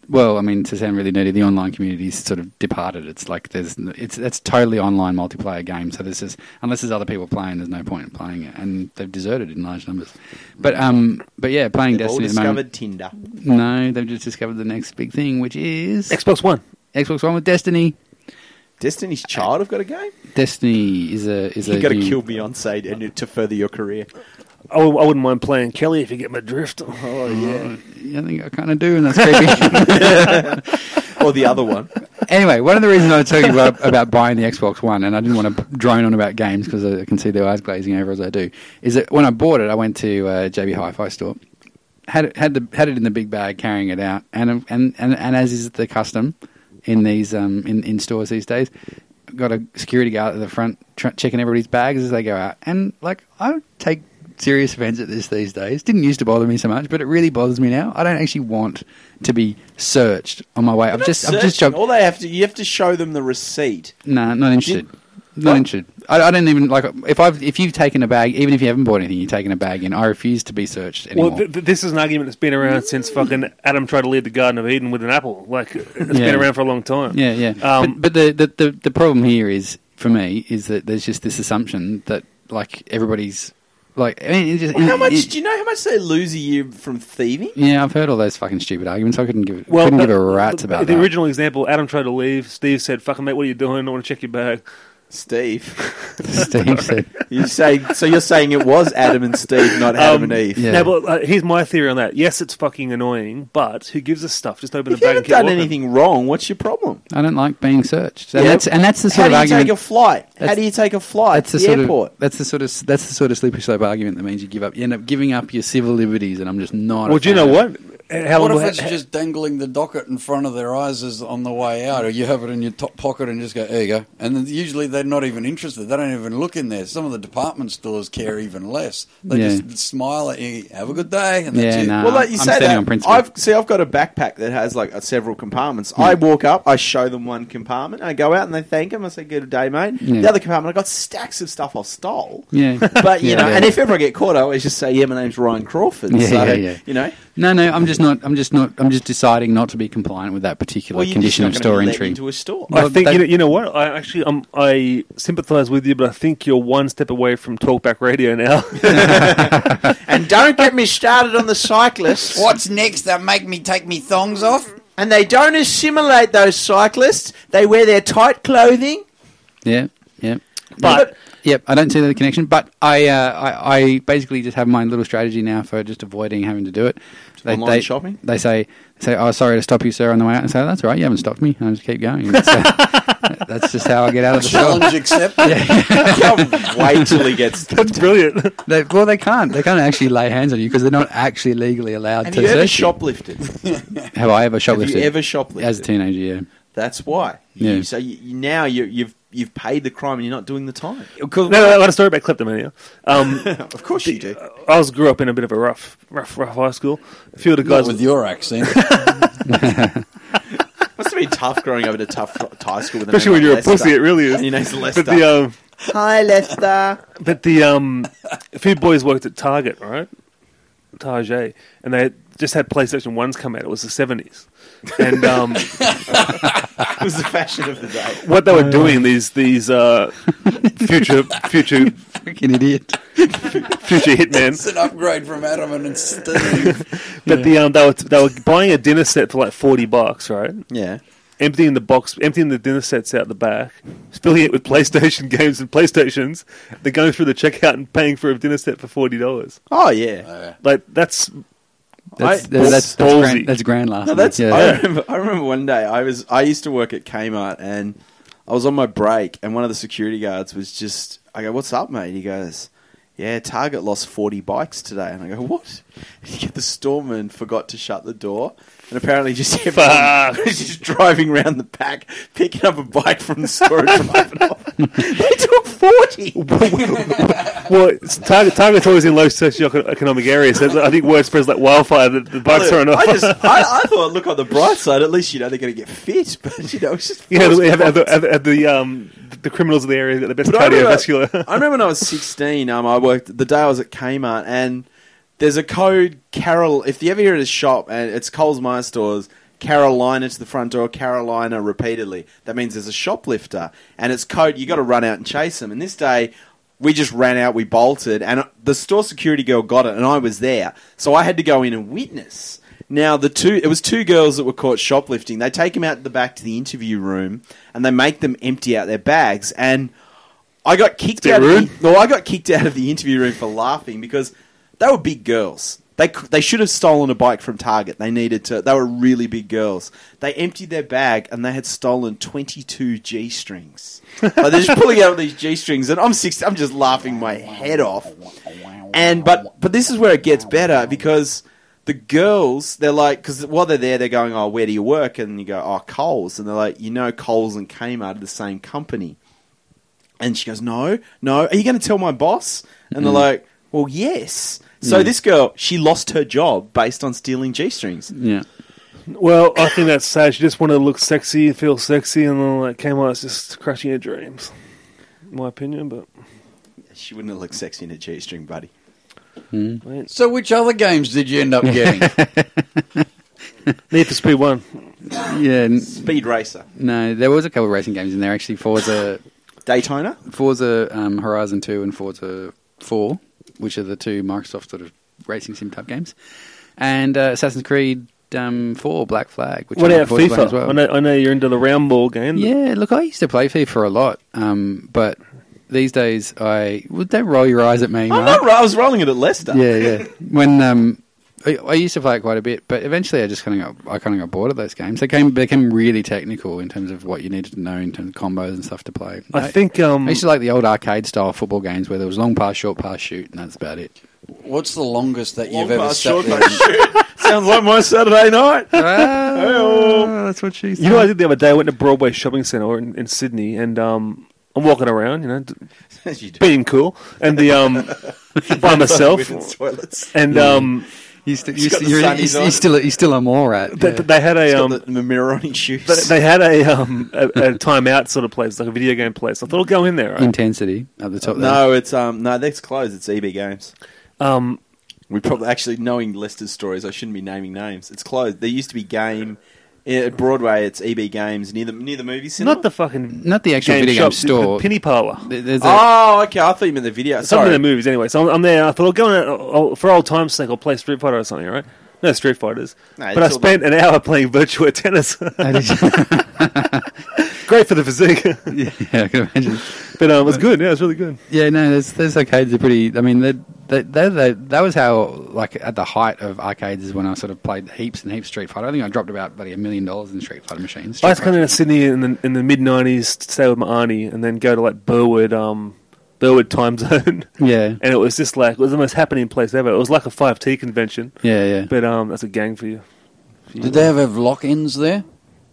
[SPEAKER 2] well, I mean, to sound really nerdy, the online community's sort of departed. It's like there's n- it's that's totally online multiplayer game. So this is unless there's other people playing, there's no point in playing it, and they've deserted in large numbers. But um, but yeah, playing
[SPEAKER 1] They've all
[SPEAKER 2] Destiny at the moment.
[SPEAKER 1] discovered Tinder.
[SPEAKER 2] No, they've just discovered the next big thing, which is
[SPEAKER 3] Xbox One.
[SPEAKER 2] Xbox One with Destiny.
[SPEAKER 1] Destiny's Child have got a game.
[SPEAKER 2] Destiny is a is
[SPEAKER 1] You've
[SPEAKER 2] a
[SPEAKER 1] got to
[SPEAKER 2] new-
[SPEAKER 1] kill Beyonce to, to further your career.
[SPEAKER 3] I, w- I wouldn't mind playing Kelly if you get my drift.
[SPEAKER 1] Oh yeah.
[SPEAKER 2] I think I kind of do, and that's
[SPEAKER 4] (laughs)
[SPEAKER 2] creepy.
[SPEAKER 1] or the other one.
[SPEAKER 2] anyway, one of the reasons I was talking about, about buying the Xbox One, and I didn't want to drone on about games because I can see their eyes glazing over as I do, is that when I bought it, I went to uh, JB Hi-Fi store, had it, had the had it in the big bag, carrying it out, and and and, and as is the custom in these um, in in stores these days, got a security guard at the front tr- checking everybody's bags as they go out, and like I take. Serious offence at this these days. Didn't used to bother me so much, but it really bothers me now. I don't actually want to be searched on my way. I've just, I've just
[SPEAKER 1] Searching.
[SPEAKER 2] jumped.
[SPEAKER 1] All they have to you have to show them the receipt.
[SPEAKER 2] No, not interested.
[SPEAKER 1] What?
[SPEAKER 2] Not interested. I, I don't even like if I've if you've taken a bag, even if you haven't bought anything, you've taken a bag in. I refuse to be searched anymore.
[SPEAKER 3] Well, th- th- this is an argument that's been around since fucking Adam tried to leave the Garden of Eden with an apple. Like, it's
[SPEAKER 2] Yeah.
[SPEAKER 3] been around for a long time.
[SPEAKER 2] yeah, yeah.
[SPEAKER 3] Um,
[SPEAKER 2] but but the, the, the the problem here is for me is that there's just this assumption that like everybody's like I mean, it just,
[SPEAKER 1] Well, how much
[SPEAKER 2] it-
[SPEAKER 1] do you know how much they lose a year from thieving?
[SPEAKER 2] yeah, I've heard all those fucking stupid arguments. I couldn't give
[SPEAKER 3] Well,
[SPEAKER 2] couldn't
[SPEAKER 3] but-
[SPEAKER 2] give a rat's about
[SPEAKER 3] the
[SPEAKER 2] that.
[SPEAKER 3] original example, Adam tried to leave. Steve said, "Fucking mate, what are you doing? I want to check your bag."
[SPEAKER 1] Steve.
[SPEAKER 2] (laughs)
[SPEAKER 1] (laughs)
[SPEAKER 2] Steve said,
[SPEAKER 1] You say so you're saying it was Adam and Steve, not Adam
[SPEAKER 3] Um,
[SPEAKER 1] and Eve.
[SPEAKER 2] yeah.
[SPEAKER 3] No, but uh, here's my theory on that. Yes, it's fucking annoying, but who gives a stuff? Just open
[SPEAKER 1] If
[SPEAKER 3] the
[SPEAKER 1] you
[SPEAKER 3] bag and
[SPEAKER 1] haven't
[SPEAKER 3] keep
[SPEAKER 1] done
[SPEAKER 3] walking.
[SPEAKER 1] anything wrong, what's your problem?
[SPEAKER 2] "I don't like being searched." And
[SPEAKER 1] Yeah.
[SPEAKER 2] that's and that's the sort
[SPEAKER 1] How
[SPEAKER 2] of
[SPEAKER 1] do you
[SPEAKER 2] argument.
[SPEAKER 1] take a flight? How
[SPEAKER 2] That's-
[SPEAKER 1] do you take a flight?
[SPEAKER 2] That's the,
[SPEAKER 1] the
[SPEAKER 2] sort
[SPEAKER 1] airport.
[SPEAKER 2] of that's the sort of that's the sort of slippery slope argument that means you give up. You end up giving up your civil liberties, and I'm just not.
[SPEAKER 3] Well,
[SPEAKER 2] a
[SPEAKER 3] do you
[SPEAKER 2] fan
[SPEAKER 3] know
[SPEAKER 2] of it.
[SPEAKER 3] what? How
[SPEAKER 4] What if
[SPEAKER 3] how-
[SPEAKER 4] it's just dangling the docket in front of their eyes as on the way out, or you have it in your top pocket and just go, there you go. And then usually they're not even interested. They don't even look in there. Some of the department stores care even less. They
[SPEAKER 2] Yeah.
[SPEAKER 4] just smile at you, have a good day, and
[SPEAKER 2] Yeah,
[SPEAKER 4] that's it.
[SPEAKER 2] nah.
[SPEAKER 1] Well, like you
[SPEAKER 2] Uh, I'm
[SPEAKER 1] say
[SPEAKER 2] standing
[SPEAKER 1] that,
[SPEAKER 2] on principle.
[SPEAKER 1] I've see, I've got a backpack that has like uh, several compartments. I walk up, I show them one compartment, I go out and they thank them. I say, "Good day, mate."
[SPEAKER 2] Yeah.
[SPEAKER 1] The other compartment, I got stacks of stuff I stole. (laughs)
[SPEAKER 2] Yeah.
[SPEAKER 1] but you
[SPEAKER 2] Yeah,
[SPEAKER 1] know,
[SPEAKER 2] yeah.
[SPEAKER 1] and if ever I get caught, I always just say, "Yeah, my name's Ryan Crawford."
[SPEAKER 2] Yeah,
[SPEAKER 1] so
[SPEAKER 2] yeah, yeah.
[SPEAKER 1] you know,
[SPEAKER 2] No, no, I'm just not. I'm just not. I'm just deciding not to be compliant with that particular
[SPEAKER 1] well, you're just
[SPEAKER 2] condition
[SPEAKER 1] not
[SPEAKER 2] of store
[SPEAKER 1] going to
[SPEAKER 2] entry.
[SPEAKER 1] into a store.
[SPEAKER 2] Well,
[SPEAKER 3] I think
[SPEAKER 2] that-
[SPEAKER 3] you, know, you know what? I actually um, I sympathise with you, but I think you're one step away from talkback radio now. (laughs)
[SPEAKER 1] and don't get me started on the
[SPEAKER 2] (laughs)
[SPEAKER 1] cyclists.
[SPEAKER 4] What's next? They make me take me thongs off?
[SPEAKER 1] And they don't assimilate those cyclists. They wear their tight
[SPEAKER 2] (laughs)
[SPEAKER 1] clothing.
[SPEAKER 2] Yeah, yeah.
[SPEAKER 1] But
[SPEAKER 2] Yep, I don't see the connection, but I, uh, I, I basically just have my little strategy now for just avoiding having to do it.
[SPEAKER 1] Online
[SPEAKER 2] they,
[SPEAKER 1] shopping?
[SPEAKER 2] They say, say, oh, sorry to stop you, sir, on the way out. And say, "Oh, that's all right, you haven't stopped me. And I just keep going. (laughs) That's, uh, that's just how I get out of the store.
[SPEAKER 4] Challenge accepted.
[SPEAKER 2] (laughs)
[SPEAKER 1] wait till he gets
[SPEAKER 3] That's brilliant.
[SPEAKER 2] They, well, they can't. They can't actually lay hands on you because they're not actually legally allowed
[SPEAKER 1] Have
[SPEAKER 2] to
[SPEAKER 1] you ever
[SPEAKER 2] search you.
[SPEAKER 1] shoplifted?
[SPEAKER 2] Have I ever shoplifted?
[SPEAKER 1] Have you ever shoplifted?
[SPEAKER 2] As a teenager, yeah.
[SPEAKER 1] That's why.
[SPEAKER 2] Yeah.
[SPEAKER 1] You, so you, you- now you, you've you've paid the crime and you're not doing the time.
[SPEAKER 3] No, no, I got a story about kleptomania. Um,
[SPEAKER 1] Of course you do.
[SPEAKER 3] I was grew up in a bit of a rough, rough, rough high school. A few of the guys
[SPEAKER 4] Not with
[SPEAKER 3] with
[SPEAKER 4] your accent.
[SPEAKER 2] (laughs)
[SPEAKER 1] Must have been tough growing up in a tough Thai school. With a name
[SPEAKER 3] especially when
[SPEAKER 1] like
[SPEAKER 3] you're a
[SPEAKER 1] Lester.
[SPEAKER 3] pussy, it really
[SPEAKER 1] And your
[SPEAKER 3] is.
[SPEAKER 1] name's Lester.
[SPEAKER 3] But the um,
[SPEAKER 1] Hi, Lester. (laughs)
[SPEAKER 3] but the um, a few boys worked at Target, right? Target, and they just had PlayStation ones come out. It was the seventies,
[SPEAKER 2] (laughs)
[SPEAKER 3] and um,
[SPEAKER 1] it was the fashion of the day.
[SPEAKER 3] what they
[SPEAKER 2] Oh.
[SPEAKER 3] were doing these these uh, future future
[SPEAKER 2] Fucking idiot.
[SPEAKER 3] future hitmen.
[SPEAKER 4] it's an upgrade from Adam and Steve.
[SPEAKER 3] But the um, they were they were buying a dinner set for like forty bucks, right?
[SPEAKER 1] Yeah.
[SPEAKER 3] emptying the box, emptying the dinner sets out the back, filling it with PlayStation (laughs) games and PlayStations, then going through the checkout and paying for a dinner set for forty dollars.
[SPEAKER 1] Oh yeah.
[SPEAKER 4] (laughs) Uh,
[SPEAKER 3] Like that's
[SPEAKER 2] That's,
[SPEAKER 1] I-
[SPEAKER 2] that's, that's, that's,
[SPEAKER 3] ballsy.
[SPEAKER 2] grand, that's grand last
[SPEAKER 1] No, that's.
[SPEAKER 2] yeah.
[SPEAKER 1] I, remember, I remember one day I was. I used to work at Kmart, and I was on my break, and one of the security guards was just. I go, "What's up, mate?" He goes, "Yeah, Target lost forty bikes today," and I go, "What?" (laughs) He go, the storeman forgot to shut the door, and apparently just (laughs) everyone
[SPEAKER 3] Fuck.
[SPEAKER 1] was just driving around the pack, picking up a bike from the store and driving
[SPEAKER 3] (laughs)
[SPEAKER 1] off. They took forty.
[SPEAKER 3] well, it's Target, Target's always in low socioeconomic areas. So I think word spreads like wildfire that the bikes
[SPEAKER 1] (laughs)
[SPEAKER 3] are on
[SPEAKER 1] I
[SPEAKER 3] offer.
[SPEAKER 1] just, I, I thought, look on the bright side. At least you know they're going to get fit, (laughs) but you know, it's just
[SPEAKER 3] (laughs) Yeah, have, have, the- have, have the um, the criminals of the area that the best
[SPEAKER 1] But I remember-
[SPEAKER 3] cardiovascular.
[SPEAKER 1] (laughs) I remember when I was 16, um, I worked the day I was at Kmart, and there's a code Carol. If you ever hear it at a shop, and it's Coles Meyer stores, Carolina to the front door, Carolina repeatedly. That means there's a shoplifter, and it's code. You got to run out and chase them. And this day. We just ran out, we bolted, and the store security girl got it, and I was there. So I had to go in and witness. Now the two it was two girls that were caught shoplifting. They take them out the back to the interview room and they make them empty out their bags and I got kicked
[SPEAKER 3] bit
[SPEAKER 1] out.
[SPEAKER 3] rude.
[SPEAKER 1] Of the, well, I got kicked out of the interview room for laughing because they were big girls. They c- they should have stolen a bike from Target. They needed to. They were really big girls. They emptied their bag and they had stolen twenty two g strings. like they're just pulling out these g strings, and I'm six. I'm just laughing my head off. And but but this is where it gets better because the girls they're like because while they're there they're going oh where do you work and you go oh Coles and they're like you know Coles and Kmart are the same company. And she goes, No, no. Are you going to tell my boss? And they're like, Well, yes. So this girl, she lost her job based on stealing G strings.
[SPEAKER 2] yeah.
[SPEAKER 3] well, I think that's sad. She just wanted to look sexy and feel sexy, and then like came out, it's just crushing her dreams. In my opinion, but
[SPEAKER 1] She wouldn't have looked sexy in a G string, buddy.
[SPEAKER 4] so, which other games did you end up getting?
[SPEAKER 3] Need for Speed One.
[SPEAKER 2] (laughs) Yeah, n-
[SPEAKER 1] Speed racer.
[SPEAKER 2] no, there was a couple of racing games in there actually. Forza,
[SPEAKER 1] Daytona?
[SPEAKER 2] Forza um, Horizon Two and Forza Four, which are the two Microsoft sort of racing sim type games, and uh, Assassin's Creed um, Four Black Flag, which
[SPEAKER 3] What
[SPEAKER 2] I'm
[SPEAKER 3] about
[SPEAKER 2] looking forward to playing
[SPEAKER 3] FIFA?
[SPEAKER 2] as well.
[SPEAKER 3] I, know, I know you're into the round ball game.
[SPEAKER 2] Yeah, look, I used to play FIFA a lot, um, but these days I well, don't roll your eyes at me.
[SPEAKER 1] I'm
[SPEAKER 2] Mark.
[SPEAKER 1] not, I was rolling it at Leicester.
[SPEAKER 2] Yeah, yeah. When um, I, I used to play it quite a bit, but eventually I just kind of got I kind of got bored of those games. They came became really technical in terms of what you needed to know in terms of combos and stuff to play.
[SPEAKER 3] I think um,
[SPEAKER 2] I used to like the old arcade style football games where there was long pass, short pass, shoot, and that's
[SPEAKER 1] (laughs)
[SPEAKER 2] about it.
[SPEAKER 4] What's the longest that
[SPEAKER 1] Long
[SPEAKER 4] you've ever
[SPEAKER 1] pass,
[SPEAKER 4] sat
[SPEAKER 1] short
[SPEAKER 4] there?
[SPEAKER 1] pass, shoot. Sounds like my Saturday
[SPEAKER 2] (laughs)
[SPEAKER 1] night.
[SPEAKER 2] Ah, that's what she said.
[SPEAKER 3] You know, what I did the other day. I went to Broadway Shopping Centre in, in Sydney, and um, I'm walking around, you know, d-
[SPEAKER 1] As you do.
[SPEAKER 3] (laughs) being cool, and
[SPEAKER 1] (laughs)
[SPEAKER 3] the um, by myself,
[SPEAKER 1] Women's toilets.
[SPEAKER 3] and um,
[SPEAKER 2] He's, st-
[SPEAKER 1] He's
[SPEAKER 2] he's,
[SPEAKER 1] got the
[SPEAKER 2] st- you're-
[SPEAKER 1] sunnies
[SPEAKER 2] he's,
[SPEAKER 1] on.
[SPEAKER 2] he's still he's still a morat.
[SPEAKER 3] th- th- they had
[SPEAKER 1] He's
[SPEAKER 3] a
[SPEAKER 1] got
[SPEAKER 3] um,
[SPEAKER 1] the, the mirror on his shoes.
[SPEAKER 3] th- they had a um, a, a timeout sort of place, like a video game place. I thought I'll go in there.
[SPEAKER 2] Yeah.
[SPEAKER 3] Right?
[SPEAKER 2] Intensity at the top. there.
[SPEAKER 1] no, it's um no, that's closed. It's EB Games.
[SPEAKER 3] Um,
[SPEAKER 1] We probably actually knowing Leicester's stories. I shouldn't be naming names. It's closed. There used to be game eh, at Broadway. It's EB Games near the near the movie cinema.
[SPEAKER 3] not the fucking
[SPEAKER 2] not the actual
[SPEAKER 3] game
[SPEAKER 2] video
[SPEAKER 3] shop,
[SPEAKER 2] game store.
[SPEAKER 3] the penny parlour.
[SPEAKER 2] There- There's a,
[SPEAKER 1] oh, okay. I thought you meant the video.
[SPEAKER 3] Some of
[SPEAKER 1] Sorry,
[SPEAKER 3] the movies, anyway. So I'm, I'm there. I thought I'll go in there, I'll- I'll- for old time's sake. I'll play Street Fighter or something, right? No Street Fighters,
[SPEAKER 1] No,
[SPEAKER 3] but I
[SPEAKER 1] it's all the-
[SPEAKER 3] spent an hour playing (laughs) Virtua
[SPEAKER 1] (laughs)
[SPEAKER 3] Tennis.
[SPEAKER 2] that is- (laughs)
[SPEAKER 3] Great for the physique.
[SPEAKER 2] yeah, I can imagine.
[SPEAKER 3] But um, it was good. Yeah, it's really good.
[SPEAKER 2] Yeah, no, those those arcades are pretty. I mean, they, they, they, they, that was how like at the height of arcades is when I sort of played heaps and heaps Street Fighter. I think I dropped about bloody a million dollars in Street Fighter machines.
[SPEAKER 3] I was coming to Sydney in the, in the mid '90s to stay with my auntie, and then go to like Burwood, um, Burwood time (laughs) zone,
[SPEAKER 2] yeah,
[SPEAKER 3] and it was just like it was the most happening place ever. It was like a five T convention,
[SPEAKER 2] yeah, yeah.
[SPEAKER 3] but um, that's a gang for you.
[SPEAKER 4] Did they have, have
[SPEAKER 3] (laughs)
[SPEAKER 4] lock-ins there?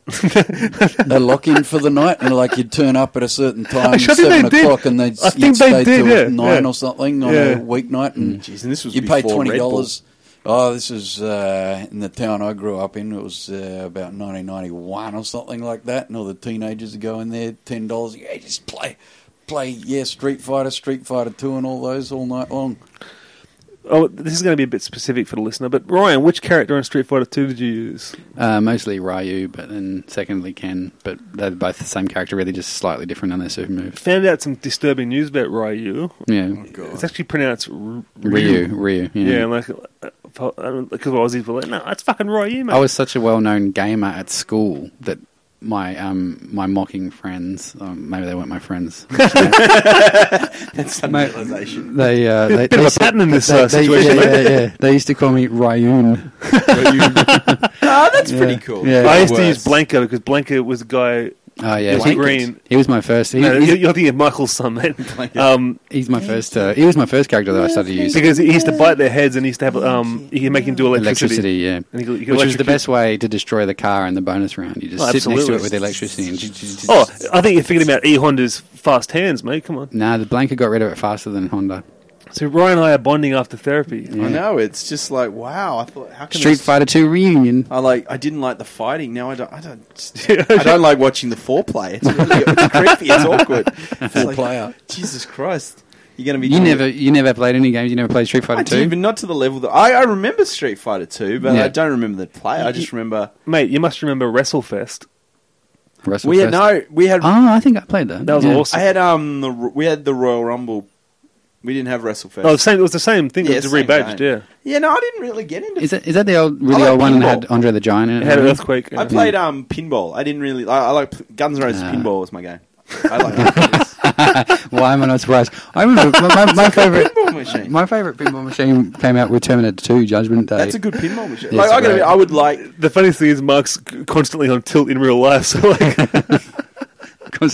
[SPEAKER 4] a lock-in for the night, and like you'd turn up at a certain
[SPEAKER 3] Actually,
[SPEAKER 4] time,
[SPEAKER 3] I think
[SPEAKER 4] seven
[SPEAKER 3] they did.
[SPEAKER 4] o'clock, and they'd
[SPEAKER 3] I
[SPEAKER 4] you'd
[SPEAKER 3] think they
[SPEAKER 4] stay
[SPEAKER 3] did,
[SPEAKER 4] till
[SPEAKER 3] yeah,
[SPEAKER 4] nine
[SPEAKER 3] yeah.
[SPEAKER 4] or something on
[SPEAKER 3] Yeah.
[SPEAKER 4] a weeknight, and
[SPEAKER 1] Mm. Jeez, and this was
[SPEAKER 4] you pay
[SPEAKER 1] before
[SPEAKER 4] twenty
[SPEAKER 1] Red Bull.
[SPEAKER 4] dollars. Oh, this is uh, in the town I grew up in. It was uh, about 1991 or something like that, and all the teenagers would go in there, ten dollars. Yeah, just play, play, yeah, Street Fighter, Street Fighter Two, and all those all night long.
[SPEAKER 3] Oh, this is going to be a bit specific for the listener, but Ryan, which character in Street Fighter Two did you use?
[SPEAKER 2] Uh, mostly Ryu, but then secondly Ken. But they're both the same character, really, just slightly different on their super moves.
[SPEAKER 3] Found out some disturbing news about Ryu.
[SPEAKER 2] Yeah,
[SPEAKER 3] It's actually pronounced R-
[SPEAKER 2] Ryu, Ryu. Yeah.
[SPEAKER 3] Yeah, and like uh, um, because I was Aussies were like, no, it's fucking Ryu, mate.
[SPEAKER 2] I was such a well-known gamer at school that my um, my mocking friends. Um, maybe they weren't my friends.
[SPEAKER 1] That's some
[SPEAKER 2] Mate.
[SPEAKER 1] realization.
[SPEAKER 2] They uh, they,
[SPEAKER 3] Bit of
[SPEAKER 2] they
[SPEAKER 3] a
[SPEAKER 2] used to-
[SPEAKER 3] pattern in this,
[SPEAKER 2] they- they-
[SPEAKER 3] uh, situation,
[SPEAKER 2] Yeah, yeah, yeah. They used to call me Ryun.
[SPEAKER 1] oh, that's
[SPEAKER 2] Yeah.
[SPEAKER 1] pretty cool.
[SPEAKER 2] Yeah.
[SPEAKER 3] I used to use
[SPEAKER 1] Worse.
[SPEAKER 3] Blanco because Blanco was a guy.
[SPEAKER 2] Oh yeah,
[SPEAKER 3] He's
[SPEAKER 2] he,
[SPEAKER 3] green.
[SPEAKER 2] He was my first. He,
[SPEAKER 3] No,
[SPEAKER 2] he's,
[SPEAKER 3] you- you're thinking of Michael's son, mate. Um,
[SPEAKER 2] he's my first. Uh, he was my first character that I started using.
[SPEAKER 3] because he used to bite their heads and he used to have um, he could make him do
[SPEAKER 2] Electricity,
[SPEAKER 3] electricity.
[SPEAKER 2] yeah,
[SPEAKER 3] And he could- he could
[SPEAKER 2] which was the
[SPEAKER 3] electrocute-
[SPEAKER 2] best way to destroy the car in the bonus round. You just
[SPEAKER 3] Oh,
[SPEAKER 2] sit next to
[SPEAKER 3] absolutely.
[SPEAKER 2] it with electricity. And just,
[SPEAKER 3] Oh, I think you're thinking about E Honda's fast hands, mate. Come on.
[SPEAKER 2] nah, the blanket got rid of it faster than Honda.
[SPEAKER 3] So Ryan and I are bonding after therapy.
[SPEAKER 1] I know. It's just like wow. I thought how can
[SPEAKER 2] Street
[SPEAKER 1] this-
[SPEAKER 2] Fighter Two reunion.
[SPEAKER 3] Oh,
[SPEAKER 1] I like. I didn't like the fighting. Now I don't. I don't. I don't like watching the foreplay. It's really it's creepy. It's awkward. It's like,
[SPEAKER 4] Foreplayer.
[SPEAKER 1] Jesus Christ! You're going to be.
[SPEAKER 2] You never, you never played any games. You never played Street
[SPEAKER 1] I
[SPEAKER 2] Fighter
[SPEAKER 1] didn't
[SPEAKER 2] Two.
[SPEAKER 1] even not to the level that I, I remember Street Fighter Two, but
[SPEAKER 2] Yeah.
[SPEAKER 1] I don't remember the play. I just remember
[SPEAKER 3] Mate, you must remember WrestleFest.
[SPEAKER 2] Wrestle
[SPEAKER 1] we had
[SPEAKER 2] Fest.
[SPEAKER 1] no. We had.
[SPEAKER 2] Oh, I think I played that.
[SPEAKER 3] That was
[SPEAKER 2] Yeah.
[SPEAKER 3] awesome.
[SPEAKER 1] I had um. The, we had the Royal Rumble. We didn't have WrestleFest.
[SPEAKER 3] Oh, the same, it was the same thing.
[SPEAKER 1] Yeah,
[SPEAKER 3] it was
[SPEAKER 1] same
[SPEAKER 3] rebadged,
[SPEAKER 1] game.
[SPEAKER 3] yeah.
[SPEAKER 1] yeah, no, I didn't really get into.
[SPEAKER 2] Is that is that the old really
[SPEAKER 1] like
[SPEAKER 2] old one that
[SPEAKER 1] pinball.
[SPEAKER 2] had Andre the Giant in it?
[SPEAKER 3] It had an earthquake.
[SPEAKER 1] I
[SPEAKER 3] yeah.
[SPEAKER 1] played um pinball. I didn't really. I, I like pl- Guns N' Roses.
[SPEAKER 2] Ah.
[SPEAKER 1] Pinball was my
[SPEAKER 2] (laughs)
[SPEAKER 1] game. I like
[SPEAKER 2] Why am I not surprised? I remember my, my, my favorite
[SPEAKER 1] pinball machine.
[SPEAKER 2] my favorite pinball machine came out with Terminator Two Judgment Day.
[SPEAKER 1] That's a good pinball machine.
[SPEAKER 2] Yes,
[SPEAKER 1] like, I, gotta
[SPEAKER 2] right.
[SPEAKER 1] be- I would like.
[SPEAKER 3] The funniest thing is Mark's c- constantly on tilt in real life. (laughs) So like,
[SPEAKER 2] (laughs) good.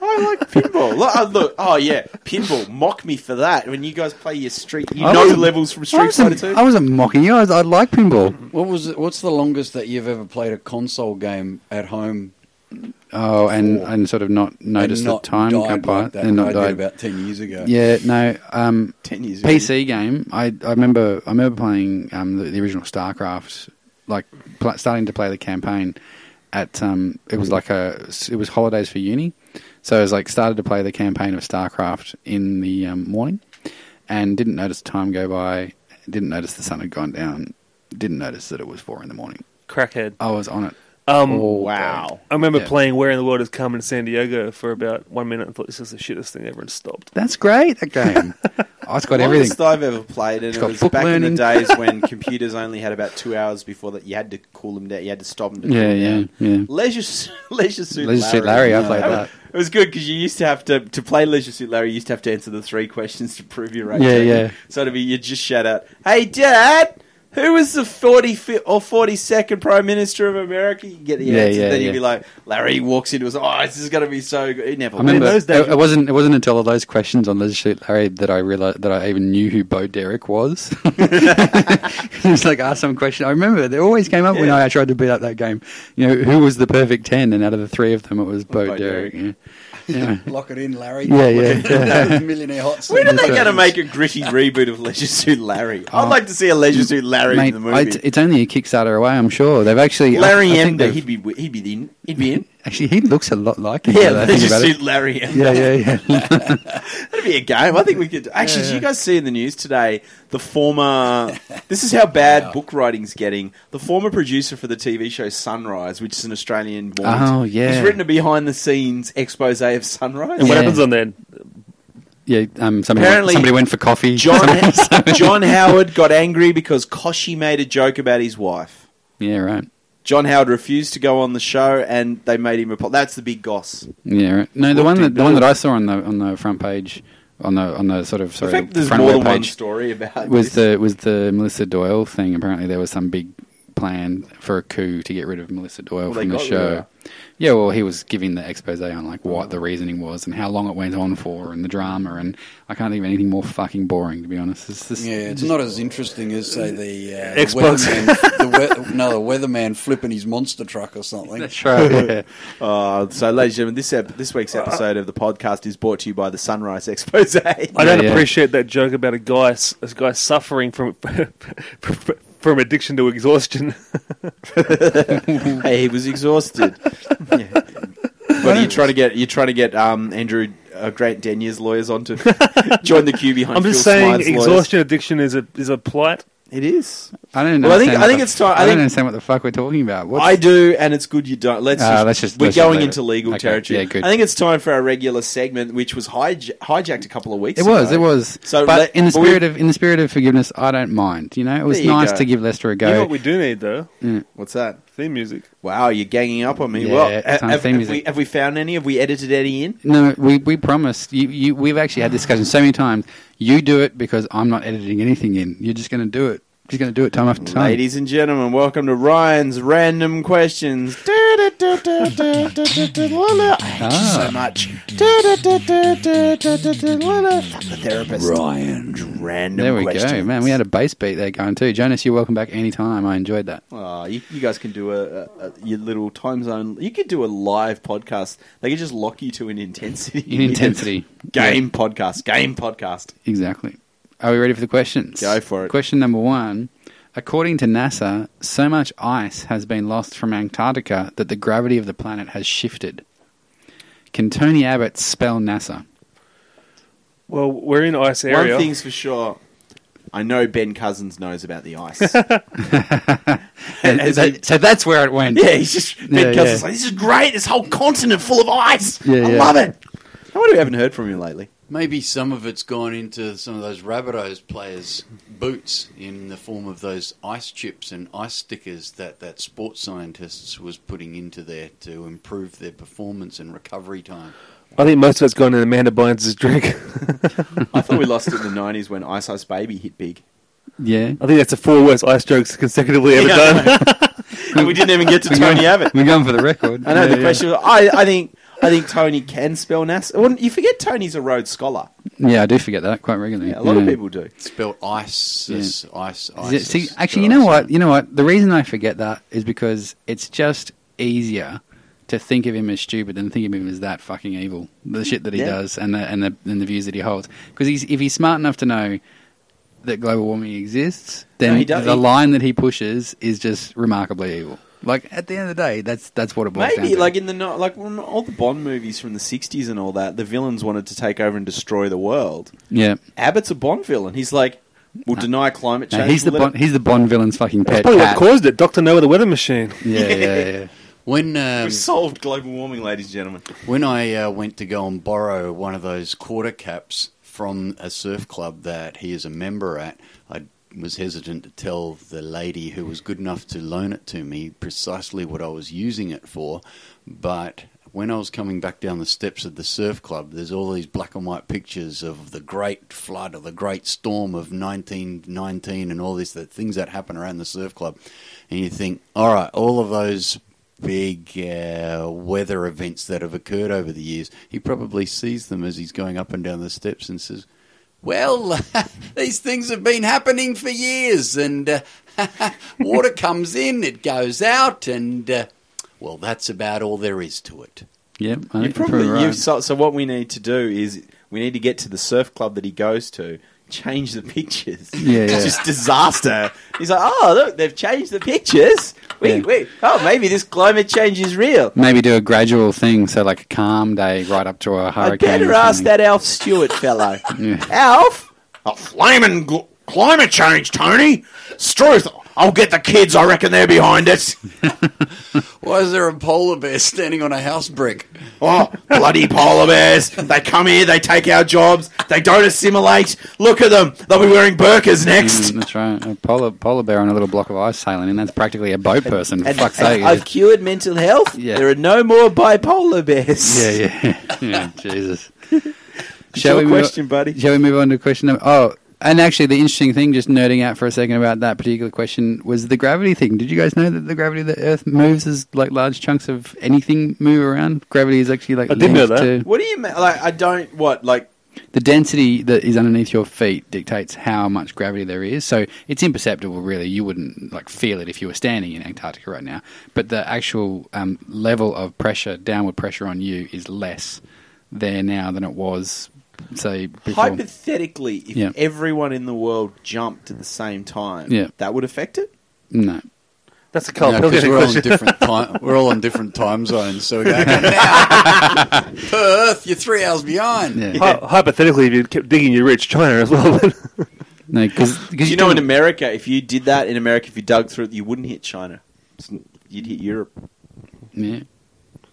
[SPEAKER 1] I like pinball. Look, uh, look, oh yeah, pinball. Mock me for that. When you guys play your street, you
[SPEAKER 2] I
[SPEAKER 1] know
[SPEAKER 2] wasn't-
[SPEAKER 1] levels from
[SPEAKER 2] I
[SPEAKER 1] Street Fighter
[SPEAKER 2] wasn't,
[SPEAKER 1] Two.
[SPEAKER 2] I wasn't mocking you. I, was, I like pinball.
[SPEAKER 4] What was it, what's the longest that you've ever played a console game at home?
[SPEAKER 2] Oh, and, and sort of not
[SPEAKER 4] and
[SPEAKER 2] notice
[SPEAKER 4] not
[SPEAKER 2] the time
[SPEAKER 4] died
[SPEAKER 2] go by
[SPEAKER 4] like that?
[SPEAKER 2] and not
[SPEAKER 4] I
[SPEAKER 2] died.
[SPEAKER 4] did about ten years ago.
[SPEAKER 2] yeah, no. Um,
[SPEAKER 1] Ten years. ago.
[SPEAKER 2] PC game. I, I remember I remember playing um, the, the original StarCraft, like pl- starting to play the campaign. At um, it was like a it was holidays for uni, so I was like started to play the campaign of StarCraft in the um, morning, and didn't notice time go by. Didn't notice the sun had gone down. Didn't notice that it was four in the morning.
[SPEAKER 3] crackhead.
[SPEAKER 2] I was on it.
[SPEAKER 3] Um,
[SPEAKER 2] all day.
[SPEAKER 1] Wow.
[SPEAKER 3] I remember
[SPEAKER 2] Oh, Yeah.
[SPEAKER 3] playing Where in the World Is Carmen San Diego for about one minute and thought this is the shittest thing ever and stopped.
[SPEAKER 2] That's great. That game. oh, it's got everything.
[SPEAKER 1] Longest I've ever played, and
[SPEAKER 2] It's
[SPEAKER 1] it
[SPEAKER 2] got
[SPEAKER 1] was
[SPEAKER 2] book
[SPEAKER 1] back in the
[SPEAKER 2] learning.
[SPEAKER 1] days
[SPEAKER 2] (laughs)
[SPEAKER 1] when computers only had about two hours before that. You had to cool them down. You had to stop them. To
[SPEAKER 2] Yeah,
[SPEAKER 1] cool
[SPEAKER 2] yeah,
[SPEAKER 1] down.
[SPEAKER 2] yeah.
[SPEAKER 1] Leisure, Su- (laughs) Leisure Suit Larry.
[SPEAKER 2] Leisure Suit Larry, I
[SPEAKER 1] Yeah.
[SPEAKER 2] played that.
[SPEAKER 1] It was good because you used to have to to play Leisure Suit Larry. You used to have to answer the three questions to prove your age.
[SPEAKER 2] Yeah,
[SPEAKER 1] So
[SPEAKER 2] yeah.
[SPEAKER 1] you- So it'd be you just shout out, "Hey, Dad." Who was the 45th or 42nd Prime Minister of America? You get the
[SPEAKER 2] Yeah,
[SPEAKER 1] answer.
[SPEAKER 2] yeah,
[SPEAKER 1] then
[SPEAKER 2] yeah.
[SPEAKER 1] you'd be like, Larry walks into us. Oh, this is going to be so good. It never
[SPEAKER 2] I remember
[SPEAKER 1] was.
[SPEAKER 2] (laughs) it, it wasn't it wasn't until those questions on Liz Shoot Larry that I realized that I even knew who Bo Derek was. (laughs) he was like asked some question. I remember they always came up when
[SPEAKER 1] Yeah.
[SPEAKER 2] I tried to beat up that game. You know, who was the perfect ten? And out of the three of them, it was Bo,
[SPEAKER 1] Bo
[SPEAKER 2] Derrick.
[SPEAKER 1] Derek. (laughs)
[SPEAKER 2] Yeah. Yeah.
[SPEAKER 4] (laughs) Lock it in, Larry.
[SPEAKER 2] Yeah,
[SPEAKER 4] (laughs)
[SPEAKER 2] yeah,
[SPEAKER 4] Millionaire hot
[SPEAKER 1] When are
[SPEAKER 4] seat.
[SPEAKER 1] they going to make a gritty reboot of Leisure Suit Larry? I'd like to see a Leisure Suit Larry
[SPEAKER 2] Oh. Mate,
[SPEAKER 1] in the
[SPEAKER 2] I-
[SPEAKER 1] movie.
[SPEAKER 2] it's only a Kickstarter away. I'm sure they've actually I- I
[SPEAKER 1] Larry
[SPEAKER 2] think
[SPEAKER 1] Emder,
[SPEAKER 2] they've-
[SPEAKER 1] he'd be wi- he'd be in he'd be in.
[SPEAKER 2] actually he looks a lot like him.
[SPEAKER 1] Yeah,
[SPEAKER 2] now that I think
[SPEAKER 1] Leisure
[SPEAKER 2] about it.
[SPEAKER 1] Suit Larry Emder.
[SPEAKER 2] Yeah, yeah, yeah.
[SPEAKER 1] That'd be a game. I think we could. Actually, did you guys see in the news today the former? This is how bad book writing's getting. The former producer for the TV show Sunrise, which is an Australian born,
[SPEAKER 2] Oh, yeah.
[SPEAKER 1] has written a behind-the-scenes expose of Sunrise.
[SPEAKER 3] And what
[SPEAKER 2] Yeah.
[SPEAKER 3] happens on then?
[SPEAKER 2] Yeah, (laughs) um, somebody, went,
[SPEAKER 1] Apparently-
[SPEAKER 2] somebody went for coffee.
[SPEAKER 1] John John Howard got angry because Koshy made a joke about his wife.
[SPEAKER 2] (laughs) yeah, right.
[SPEAKER 1] John Howard refused to go on the show, and they made him report. That's the big goss.
[SPEAKER 2] Yeah, right. no, the
[SPEAKER 1] What
[SPEAKER 2] one
[SPEAKER 1] do you
[SPEAKER 2] that the one
[SPEAKER 1] do?
[SPEAKER 2] that I saw on the on the front page, on the on the sort of sorry,
[SPEAKER 1] I think there's
[SPEAKER 2] front
[SPEAKER 1] more
[SPEAKER 2] web
[SPEAKER 1] than one
[SPEAKER 2] page,
[SPEAKER 1] story about
[SPEAKER 2] was
[SPEAKER 1] this.
[SPEAKER 2] the was the Melissa Doyle thing. Apparently, there was some big plan for a coup to get rid of Melissa Doyle
[SPEAKER 1] Well, they
[SPEAKER 2] from the
[SPEAKER 1] got rid of
[SPEAKER 2] show.
[SPEAKER 1] her.
[SPEAKER 2] Yeah, well, he was giving the expose on like what the reasoning was and how long it went on for and the drama, and I can't think of anything more fucking boring to be honest. It's just,
[SPEAKER 4] uh, Yeah, it's not as interesting as say the uh, the
[SPEAKER 3] Xbox.
[SPEAKER 4] weatherman- the we- no, the weatherman flipping his monster truck or
[SPEAKER 1] (laughs)
[SPEAKER 4] something.
[SPEAKER 2] That's right. Yeah.
[SPEAKER 1] Uh, so, ladies and gentlemen, this ep- this week's episode of the podcast is brought to you by the Sunrise Expose. (laughs)
[SPEAKER 3] I
[SPEAKER 2] Yeah,
[SPEAKER 3] don't
[SPEAKER 2] yeah.
[SPEAKER 3] appreciate that joke about a guy, s- a guy suffering from (laughs) from addiction to (laughs) exhaustion.
[SPEAKER 1] hey, he was exhausted. (laughs) yeah. What are you trying to get? You're trying to get um, Andrew uh, Grant Denier's lawyers
[SPEAKER 2] (laughs)
[SPEAKER 1] on to join the queue behind.
[SPEAKER 3] I'm just
[SPEAKER 1] Phil
[SPEAKER 3] saying,
[SPEAKER 1] Smythe's lawyers.
[SPEAKER 3] exhaustion addiction is a is a plight.
[SPEAKER 1] It is.
[SPEAKER 2] (laughs) I don't know.
[SPEAKER 1] Well, I think- I think it's time- I
[SPEAKER 2] I don't
[SPEAKER 1] think-
[SPEAKER 2] understand what the fuck we're talking about. What's,
[SPEAKER 1] I do, and it's good you don't. Let's,
[SPEAKER 2] Ah,
[SPEAKER 1] just,
[SPEAKER 2] let's just-
[SPEAKER 1] we're
[SPEAKER 2] let's just
[SPEAKER 1] going
[SPEAKER 2] leave it.
[SPEAKER 1] into legal
[SPEAKER 2] Okay,
[SPEAKER 1] territory.
[SPEAKER 2] yeah, good.
[SPEAKER 1] I think it's time for our regular segment, which was hija- hijacked a couple of weeks.
[SPEAKER 2] It was,
[SPEAKER 1] ago.
[SPEAKER 2] it was.
[SPEAKER 1] So
[SPEAKER 2] but
[SPEAKER 1] let-
[SPEAKER 2] in the
[SPEAKER 1] but we-
[SPEAKER 2] spirit of in the spirit of forgiveness, I don't mind. You know, it was
[SPEAKER 1] There you
[SPEAKER 2] nice
[SPEAKER 1] go.
[SPEAKER 2] to give Lester a
[SPEAKER 3] You know
[SPEAKER 2] go.
[SPEAKER 3] what we do need though?
[SPEAKER 1] What's that?
[SPEAKER 3] theme music.
[SPEAKER 1] Wow, you're ganging up on me.
[SPEAKER 2] Mm. Yeah,
[SPEAKER 1] well,
[SPEAKER 2] it's on
[SPEAKER 1] have,
[SPEAKER 2] theme
[SPEAKER 1] have
[SPEAKER 2] music.
[SPEAKER 1] we, have we found any? Have we edited any in?
[SPEAKER 2] No, we, we promised. You, you, we've actually had discussions so many times. You do it because I'm not editing anything in. You're just going to do it. Just going to do it time after time.
[SPEAKER 1] Ladies and gentlemen, welcome to Ryan's Random
[SPEAKER 2] (laughs)
[SPEAKER 1] Questions. I hate you
[SPEAKER 2] Ah,
[SPEAKER 1] so much. Fuck the therapist.
[SPEAKER 4] Ryan's
[SPEAKER 1] Random
[SPEAKER 2] There we
[SPEAKER 1] questions.
[SPEAKER 2] go, man. We had a bass beat there going too. Jonas, you're welcome back any time. I enjoyed that.
[SPEAKER 1] Aw, you, you guys can do a, a, a your little time zone. You could do a live podcast. They could just lock you to an intensity.
[SPEAKER 2] In intensity.
[SPEAKER 1] (laughs) Game podcast. Game podcast.
[SPEAKER 2] Exactly. Are we ready for the questions?
[SPEAKER 1] Go for it.
[SPEAKER 2] Question number one. According to NASA, so much ice has been lost from Antarctica that the gravity of the planet has shifted. Can Tony Abbott
[SPEAKER 1] (laughs)
[SPEAKER 2] spell NASA?
[SPEAKER 3] Well, we're in ice area.
[SPEAKER 1] One thing's for sure. I know Ben Cousins knows about the ice.
[SPEAKER 2] so, so that's where it went.
[SPEAKER 1] (laughs) yeah, he's
[SPEAKER 2] (laughs)
[SPEAKER 1] just Ben
[SPEAKER 2] Yeah,
[SPEAKER 1] Cousins.
[SPEAKER 2] yeah.
[SPEAKER 1] Like, this is great. This whole continent full of ice.
[SPEAKER 2] Yeah,
[SPEAKER 1] I
[SPEAKER 2] yeah.
[SPEAKER 1] love it. I wonder we haven't heard from him lately.
[SPEAKER 4] Maybe some of it's gone into some of those Rabbitohs players' boots in the form of those ice chips and ice stickers that that sports scientists was putting into there to improve their performance and recovery time.
[SPEAKER 3] I think most of it's gone in Amanda Bynes' drink.
[SPEAKER 1] I thought we lost it in the nineties when Ice Ice Baby hit big,
[SPEAKER 2] Yeah.
[SPEAKER 3] I think that's the four worst ice jokes consecutively ever
[SPEAKER 1] Yeah, I
[SPEAKER 3] done.
[SPEAKER 1] (laughs) and (laughs) we didn't even get to Tony Abbott.
[SPEAKER 2] We're going for the
[SPEAKER 1] (laughs)
[SPEAKER 2] record.
[SPEAKER 1] I know
[SPEAKER 2] Yeah,
[SPEAKER 1] the
[SPEAKER 2] yeah.
[SPEAKER 1] question was. I, I think I think Tony can spell NASA. Well, you forget Tony's a Rhodes scholar.
[SPEAKER 2] Yeah, I do forget that quite regularly.
[SPEAKER 1] Yeah, a lot of people do.
[SPEAKER 4] Spelled ice, ice,
[SPEAKER 2] Is
[SPEAKER 4] ice.
[SPEAKER 2] it- see, actually, you know what? You know what? The reason I forget that is because it's just easier to think of him as stupid than think of him as that fucking evil. The shit that he
[SPEAKER 1] Yeah.
[SPEAKER 2] does and the and the and the views that he holds. Because he's if he's smart enough to know that global warming exists, then
[SPEAKER 1] he does-
[SPEAKER 2] the
[SPEAKER 1] he-
[SPEAKER 2] line that he pushes is just remarkably evil. Like at the end of the day, that's that's what it boils down
[SPEAKER 1] Maybe
[SPEAKER 2] to.
[SPEAKER 1] like in the no- like when all the Bond movies from the '60s and all that, the villains wanted to take over and destroy the world.
[SPEAKER 2] yeah.
[SPEAKER 1] Abbott's a Bond villain. He's like, we'll deny climate
[SPEAKER 2] No,
[SPEAKER 1] change.
[SPEAKER 2] he's the
[SPEAKER 1] we'll let
[SPEAKER 2] Bond, he's the Bond villain's fucking pet
[SPEAKER 3] Probably what
[SPEAKER 2] cat.
[SPEAKER 3] caused it. Doctor No with the weather machine.
[SPEAKER 1] (laughs)
[SPEAKER 2] Yeah, yeah, yeah.
[SPEAKER 4] When
[SPEAKER 1] it-
[SPEAKER 4] um,
[SPEAKER 1] (laughs) We've solved global warming, ladies and gentlemen.
[SPEAKER 4] When I uh, went to go and borrow one of those quarter caps from a surf club that he is a member at, I was hesitant to tell the lady who was good enough to loan it to me precisely what I was using it for. But when I was coming back down the steps of the surf club, there's all these black and white pictures of the great flood or the great storm of 1919 and all this, the things that happen around the surf club. And you think, all right, all of those big uh, weather events that have occurred over the years. He probably sees them as he's going up and down the steps and says, well, (laughs) these things have been happening for years, and uh, (laughs) water comes in, it goes out, and uh, well, that's about all there is to it.
[SPEAKER 2] Yeah, I think
[SPEAKER 1] You
[SPEAKER 2] you're
[SPEAKER 1] probably
[SPEAKER 2] probably
[SPEAKER 1] you
[SPEAKER 2] right.
[SPEAKER 1] so, so what we need to do is we need to get to the surf club that he goes to, change the pictures.
[SPEAKER 2] Yeah, yeah.
[SPEAKER 1] It's just disaster. He's like, oh look, they've changed the pictures. Wait,
[SPEAKER 2] Yeah.
[SPEAKER 1] wait. Oh, maybe this climate change is real.
[SPEAKER 2] Maybe do a gradual thing, so like a calm day right up to a
[SPEAKER 1] I'd
[SPEAKER 2] hurricane.
[SPEAKER 1] better
[SPEAKER 2] or
[SPEAKER 1] ask
[SPEAKER 2] something.
[SPEAKER 1] that Alf Stewart fellow.
[SPEAKER 2] Yeah.
[SPEAKER 1] Alf,
[SPEAKER 5] A flaming gl- climate change, Tony. Struth, I'll get the kids. I reckon they're behind us.
[SPEAKER 4] Why is there a polar bear standing on a house brick?
[SPEAKER 5] Oh, bloody polar bears. They come here, they take our jobs, they don't assimilate. Look at them. They'll be wearing burkas next.
[SPEAKER 2] Mm, that's right. A polar, polar bear on a little block of ice sailing, and that's practically a boat person. For
[SPEAKER 1] and,
[SPEAKER 2] fuck's
[SPEAKER 1] and
[SPEAKER 2] sake.
[SPEAKER 1] I've cured mental health.
[SPEAKER 2] Yeah.
[SPEAKER 1] There are no more bipolar bears.
[SPEAKER 2] yeah, yeah, (laughs) yeah.
[SPEAKER 1] (laughs)
[SPEAKER 2] Jesus.
[SPEAKER 1] your
[SPEAKER 2] move
[SPEAKER 1] question,
[SPEAKER 2] on,
[SPEAKER 1] buddy.
[SPEAKER 2] Shall we move on to question number? Oh, and actually, the interesting thing, just nerding out for a second about that particular question, was the gravity thing. Did you guys know that the gravity of the Earth moves as like large chunks of anything move around? Gravity is actually like
[SPEAKER 3] I didn't know
[SPEAKER 2] linked
[SPEAKER 3] that.
[SPEAKER 2] to-
[SPEAKER 1] What do you mean? Like, I don't. What? Like,
[SPEAKER 2] the density that is underneath your feet dictates how much gravity there is. So it's imperceptible, really. You wouldn't like feel it if you were standing in Antarctica right now. But the actual um, level of pressure, downward pressure on you, is less there now than it was, say, before.
[SPEAKER 1] hypothetically, if
[SPEAKER 2] Yeah.
[SPEAKER 1] everyone in the world jumped at the same time,
[SPEAKER 2] Yeah.
[SPEAKER 1] that would affect it.
[SPEAKER 2] no.
[SPEAKER 3] That's a Carl
[SPEAKER 4] No, 'cause
[SPEAKER 3] Pilkington
[SPEAKER 4] we're all
[SPEAKER 3] question.
[SPEAKER 4] in different time. We're all in different time zones, so we go "Okay, now. Perth, you're three hours behind.
[SPEAKER 2] Yeah.
[SPEAKER 3] Hy- hypothetically, if you kept digging, you reached China as well. (laughs) then.
[SPEAKER 2] No, because
[SPEAKER 1] You know, in America, if you did that in America, if you dug through it, you wouldn't hit China. It's- You'd hit Europe.
[SPEAKER 2] Yeah.
[SPEAKER 3] you,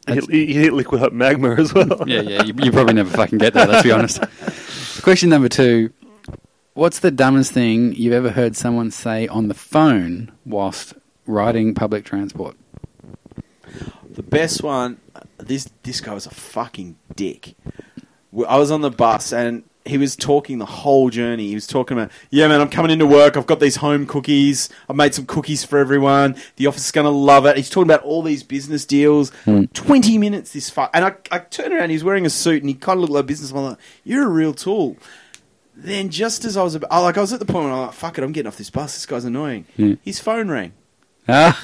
[SPEAKER 2] That's-
[SPEAKER 3] you hit liquid hot magma as well.
[SPEAKER 2] yeah, yeah. You, you probably never fucking get there. Let's be honest. (laughs) Question number two: What's the dumbest thing you've ever heard someone say on the phone whilst riding public transport?
[SPEAKER 1] The best one. This this guy was a fucking dick. Well, I was on the bus and he was talking the whole journey. He was talking about, yeah, man, I'm coming into work. I've got these home cookies. I've made some cookies for everyone. The office is going to love it. He's talking about all these business deals.
[SPEAKER 2] Hmm.
[SPEAKER 1] 20 minutes this far. And I, I turned around. He's wearing a suit and he kind of looked like a businessman. I'm like, you're a real tool. Then just as I was, about, I- like, I was at the point where I'm like, fuck it, I'm getting off this bus. This guy's annoying.
[SPEAKER 2] Hmm.
[SPEAKER 1] His phone rang.
[SPEAKER 2] Ah.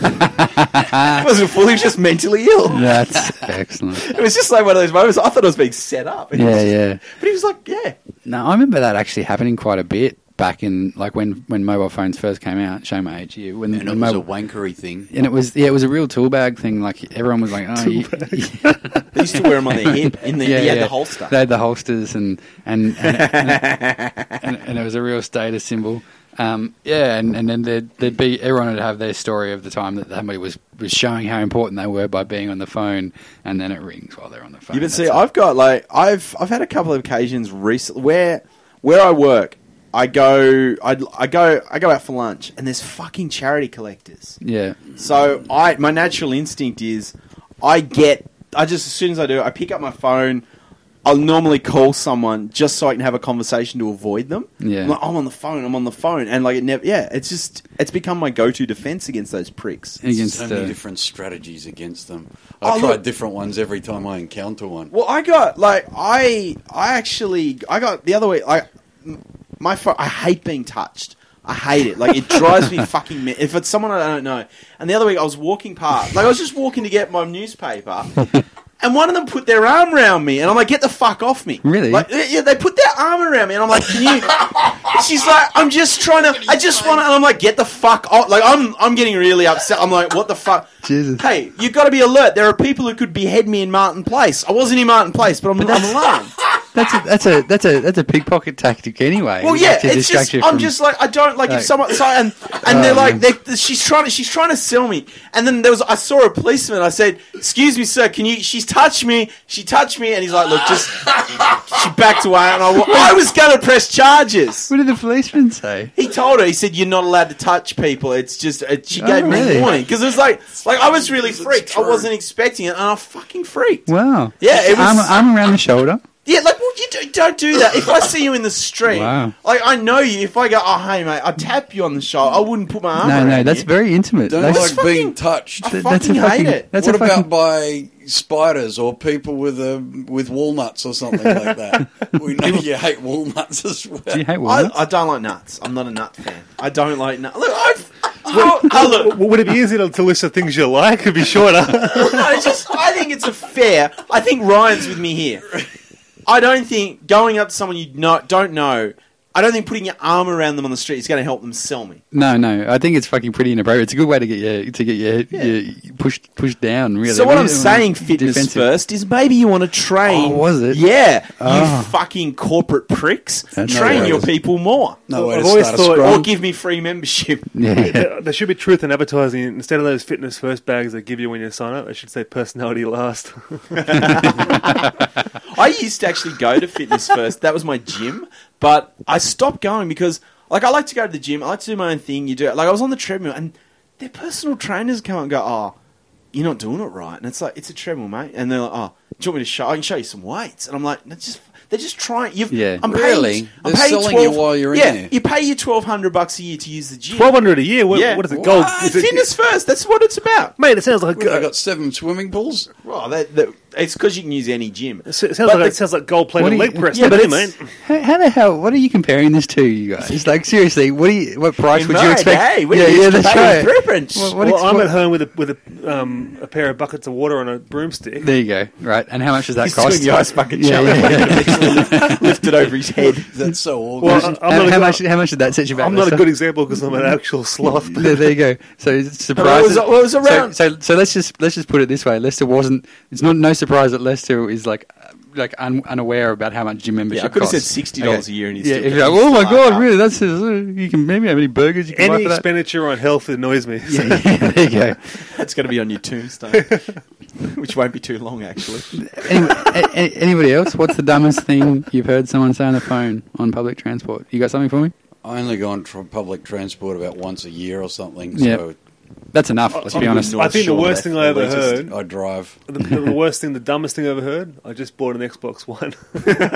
[SPEAKER 1] (laughs) I wasn't fully just mentally ill.
[SPEAKER 2] (laughs) That's excellent.
[SPEAKER 1] It was just like one of those moments. I thought I was being set up. And he was
[SPEAKER 2] Yeah,
[SPEAKER 1] just-
[SPEAKER 2] yeah.
[SPEAKER 1] But he was like, yeah.
[SPEAKER 2] No, I remember that actually happening quite a bit back in like when, when mobile phones first came out. Show my age, you when
[SPEAKER 4] And it
[SPEAKER 2] when
[SPEAKER 4] was a
[SPEAKER 2] mobi-
[SPEAKER 4] wankery thing.
[SPEAKER 2] and it was yeah, it was a real tool bag thing. Like everyone was like, oh, you,
[SPEAKER 1] They used to wear them on
[SPEAKER 2] (laughs)
[SPEAKER 1] their hip. In the,
[SPEAKER 2] yeah,
[SPEAKER 1] he had
[SPEAKER 2] yeah.
[SPEAKER 1] the holster.
[SPEAKER 2] They had the holsters, and and and,
[SPEAKER 1] (laughs)
[SPEAKER 2] and, and it was a real status symbol. Um, yeah, and, and then there'd, there'd be everyone would have their story of the time that somebody was, was showing how important they were by being on the phone, and then it rings while they're on the phone.
[SPEAKER 1] You can
[SPEAKER 2] That's
[SPEAKER 1] see,
[SPEAKER 2] it.
[SPEAKER 1] I've got like I've I've had a couple of occasions recently where where I work, I go I, I go I go out for lunch and there's fucking charity collectors.
[SPEAKER 2] yeah,
[SPEAKER 1] So I my natural instinct is I get I just as soon as I do I pick up my phone. I'll normally call someone just so I can have a conversation to avoid them.
[SPEAKER 2] Yeah.
[SPEAKER 1] I'm, like, "Oh, I'm on the phone. I'm on the phone, and like it never. Yeah, it's just it's become my go-to defense against those pricks.
[SPEAKER 2] against
[SPEAKER 4] so
[SPEAKER 2] uh,
[SPEAKER 4] many different strategies against them. I
[SPEAKER 1] Oh,
[SPEAKER 4] try
[SPEAKER 1] look-
[SPEAKER 4] different ones every time I encounter one.
[SPEAKER 1] Well, I got like I I actually I got the other way. I my phone. I hate being touched. I hate it. Like it drives me fucking. Me- if it's someone I don't know. And the other week I was walking past. Like I was just walking to get my newspaper. And one of them put their arm around me, and I'm like, "Get the fuck off me!"
[SPEAKER 2] Really?
[SPEAKER 1] Like, yeah, they put their arm around me, and I'm like, "Can you?" She's like, "I'm just trying to. I just want to." And I'm like, "Get the fuck off!" Like, I'm, I'm getting really upset. I'm like, "What the fuck?"
[SPEAKER 2] Jesus.
[SPEAKER 1] Hey, you've got to be alert. There are people who could behead me in Martin Place. I wasn't in Martin Place, but I'm, I'm alarmed.
[SPEAKER 2] (laughs) that's a, that's a that's a that's a pickpocket tactic anyway.
[SPEAKER 1] Well,
[SPEAKER 2] It's
[SPEAKER 1] yeah,
[SPEAKER 2] actually a
[SPEAKER 1] it's just
[SPEAKER 2] distraction
[SPEAKER 1] I'm
[SPEAKER 2] from- Oh,
[SPEAKER 1] just like I don't like
[SPEAKER 2] Like-
[SPEAKER 1] if someone so, and and they're like they she's trying to she's trying to sell me. And then there was I saw a policeman. I said, "Excuse me, sir, can you?" She's touched me. She touched me, and he's like, "Look, just." she backed away, and I, wa- I was going to press charges.
[SPEAKER 2] What did the policeman say?
[SPEAKER 1] He told her. He said, "You're not allowed to touch people." It's just it, she
[SPEAKER 2] Oh,
[SPEAKER 1] gave me
[SPEAKER 2] really?
[SPEAKER 1] a warning because it was like like I was really
[SPEAKER 4] It's
[SPEAKER 1] freaked. I
[SPEAKER 4] true.
[SPEAKER 1] wasn't expecting it, and I fucking freaked.
[SPEAKER 2] Wow.
[SPEAKER 1] Yeah, it was-
[SPEAKER 2] arm, arm around the shoulder.
[SPEAKER 1] Yeah, like well, you do, don't do that. If I see you in the street,
[SPEAKER 2] Wow.
[SPEAKER 1] like I know you. If I go, oh hey mate, I tap you on the shoulder. I wouldn't put my arm.
[SPEAKER 2] No,
[SPEAKER 1] around
[SPEAKER 2] no, that's
[SPEAKER 1] you.
[SPEAKER 2] very intimate.
[SPEAKER 4] Don't
[SPEAKER 2] That's-
[SPEAKER 4] like being touched.
[SPEAKER 1] I
[SPEAKER 2] th- that's a
[SPEAKER 1] fucking hate
[SPEAKER 2] fucking-
[SPEAKER 1] it.
[SPEAKER 2] That's
[SPEAKER 4] what
[SPEAKER 2] a fucking,
[SPEAKER 4] about by spiders or people with a, with walnuts or
[SPEAKER 2] (laughs)
[SPEAKER 4] something like that? we know you hate walnuts as well.
[SPEAKER 2] Do you hate
[SPEAKER 1] I,
[SPEAKER 2] walnuts?
[SPEAKER 1] I don't like nuts. I'm not a nut fan. I don't like nuts. Look, I've, (laughs) oh, oh, look,
[SPEAKER 3] W- (laughs) Would it be easier to- to list the things you like? It'd be (laughs) shorter.
[SPEAKER 1] I just I think it's a fair. I think Ryan's with me here. I don't think going up to someone you know, don't know. I don't think putting your arm around them on the street is going to help them sell me.
[SPEAKER 2] No, no. I think it's fucking pretty inappropriate. It's a good way to get your to get your,
[SPEAKER 1] Yeah.
[SPEAKER 2] your pushed pushed down. Really.
[SPEAKER 1] So what
[SPEAKER 2] We
[SPEAKER 1] I'm
[SPEAKER 2] don't want
[SPEAKER 1] saying,
[SPEAKER 2] to be
[SPEAKER 1] fitness
[SPEAKER 2] defensive.
[SPEAKER 1] first, is maybe you want to train.
[SPEAKER 2] Oh, was it?
[SPEAKER 1] Yeah,
[SPEAKER 2] Ah.
[SPEAKER 1] you fucking corporate pricks.
[SPEAKER 2] That's
[SPEAKER 1] train
[SPEAKER 2] right.
[SPEAKER 1] your people more,
[SPEAKER 4] No way
[SPEAKER 3] I've
[SPEAKER 4] to
[SPEAKER 3] always
[SPEAKER 4] start a
[SPEAKER 3] thought-
[SPEAKER 4] scrum.
[SPEAKER 1] or give me free membership. (laughs)
[SPEAKER 2] Yeah, yeah.
[SPEAKER 3] there there should be truth in advertising. Instead of those fitness first bags they give you when you sign up, they should say personality last. (laughs)
[SPEAKER 1] I used to actually go to fitness first. That was my gym, but I stopped going because like I like to go to the gym. I like to do my own thing. You do it. Like I was on the treadmill, and their personal trainers come up and go, "Oh, you're not doing it right." And it's like it's a treadmill, mate. And they're like, "Oh, do you want me to show? I can show you some weights." And I'm like, "No, just." They're just trying. You've,
[SPEAKER 2] Yeah.
[SPEAKER 1] I'm paying-
[SPEAKER 4] Really?
[SPEAKER 1] I'm
[SPEAKER 4] They're
[SPEAKER 1] paying
[SPEAKER 4] selling you
[SPEAKER 1] 12
[SPEAKER 4] while you're in
[SPEAKER 1] yeah,
[SPEAKER 4] there.
[SPEAKER 1] you pay your twelve hundred bucks a year to use the gym.
[SPEAKER 3] Twelve hundred a year. What,
[SPEAKER 1] Yeah.
[SPEAKER 3] what is it?
[SPEAKER 4] What?
[SPEAKER 3] Gold? (laughs)
[SPEAKER 1] Ah,
[SPEAKER 3] Is it-
[SPEAKER 1] fitness first. That's what it's about.
[SPEAKER 3] Mate, it sounds like
[SPEAKER 4] What, they
[SPEAKER 3] uh,
[SPEAKER 4] got seven swimming pools.
[SPEAKER 1] Well, that, that, it's because you can use any gym.
[SPEAKER 3] it sounds like it sounds like gold plated
[SPEAKER 2] What do you-
[SPEAKER 3] leg press.
[SPEAKER 1] Yeah,
[SPEAKER 3] Yeah,
[SPEAKER 1] but
[SPEAKER 3] but
[SPEAKER 1] it's-
[SPEAKER 3] mate.
[SPEAKER 2] How, how the hell? What are you comparing this to, you guys? Like seriously, what do you? What price
[SPEAKER 1] In
[SPEAKER 2] would you
[SPEAKER 1] my
[SPEAKER 2] expect?
[SPEAKER 1] day, we
[SPEAKER 2] yeah,
[SPEAKER 1] used
[SPEAKER 2] yeah,
[SPEAKER 1] to
[SPEAKER 2] that's
[SPEAKER 1] pay
[SPEAKER 2] right.
[SPEAKER 1] threepence.
[SPEAKER 2] What, what
[SPEAKER 3] Well,
[SPEAKER 2] ex-
[SPEAKER 3] I'm
[SPEAKER 2] what-
[SPEAKER 3] at home with a with a um, a pair of buckets of water and a broomstick.
[SPEAKER 2] There you go. Right, and how much does that
[SPEAKER 1] He's
[SPEAKER 2] cost?
[SPEAKER 1] doing the ice bucket
[SPEAKER 2] (laughs) Yeah,
[SPEAKER 1] challenge.
[SPEAKER 2] yeah, yeah.
[SPEAKER 1] Lifted over his head.
[SPEAKER 4] That's so awkward.
[SPEAKER 3] Well,
[SPEAKER 2] how,
[SPEAKER 3] I'm not a
[SPEAKER 2] how
[SPEAKER 3] good-
[SPEAKER 2] much? How much did that set you back?
[SPEAKER 3] I'm not a
[SPEAKER 2] Lester?
[SPEAKER 3] good example because I'm an actual sloth. (laughs)
[SPEAKER 2] there, there you go. So
[SPEAKER 1] Well, it was-
[SPEAKER 2] surprise.
[SPEAKER 1] it was around-
[SPEAKER 2] So, so, so let's just let's just put it this way: Leicester wasn't. It's not no surprise that Leicester is like uh, like un, unaware about how much gym membership.
[SPEAKER 1] Yeah, I could have
[SPEAKER 2] costs.
[SPEAKER 1] said $60 a year and he's
[SPEAKER 2] yeah,
[SPEAKER 1] still
[SPEAKER 2] if
[SPEAKER 1] getting
[SPEAKER 2] you're like, oh my
[SPEAKER 1] slapped
[SPEAKER 2] god,
[SPEAKER 1] up."
[SPEAKER 2] really? That's uh, you can maybe how many burgers you can buy
[SPEAKER 3] Any
[SPEAKER 2] for that?
[SPEAKER 3] expenditure on health annoys me. (laughs)
[SPEAKER 2] yeah, yeah, (laughs) there you go.
[SPEAKER 1] (laughs) That's going to be on your tombstone, (laughs) which won't be too long, actually.
[SPEAKER 2] Any, a- a- anybody else? What's the dumbest thing you've heard someone say on the phone on public transport? You got something for me?
[SPEAKER 4] I only go on tr- public transport about once a year or something.
[SPEAKER 2] Yep.
[SPEAKER 4] So
[SPEAKER 2] That's
[SPEAKER 1] Oh,
[SPEAKER 2] enough. Let's be
[SPEAKER 3] I'm
[SPEAKER 2] honest.
[SPEAKER 3] I think the
[SPEAKER 1] Shore
[SPEAKER 3] worst thing I ever
[SPEAKER 4] (laughs)
[SPEAKER 3] heard,
[SPEAKER 4] I drive.
[SPEAKER 3] the, the worst thing, the dumbest thing I ever heard, I just bought an Xbox One.
[SPEAKER 1] (laughs)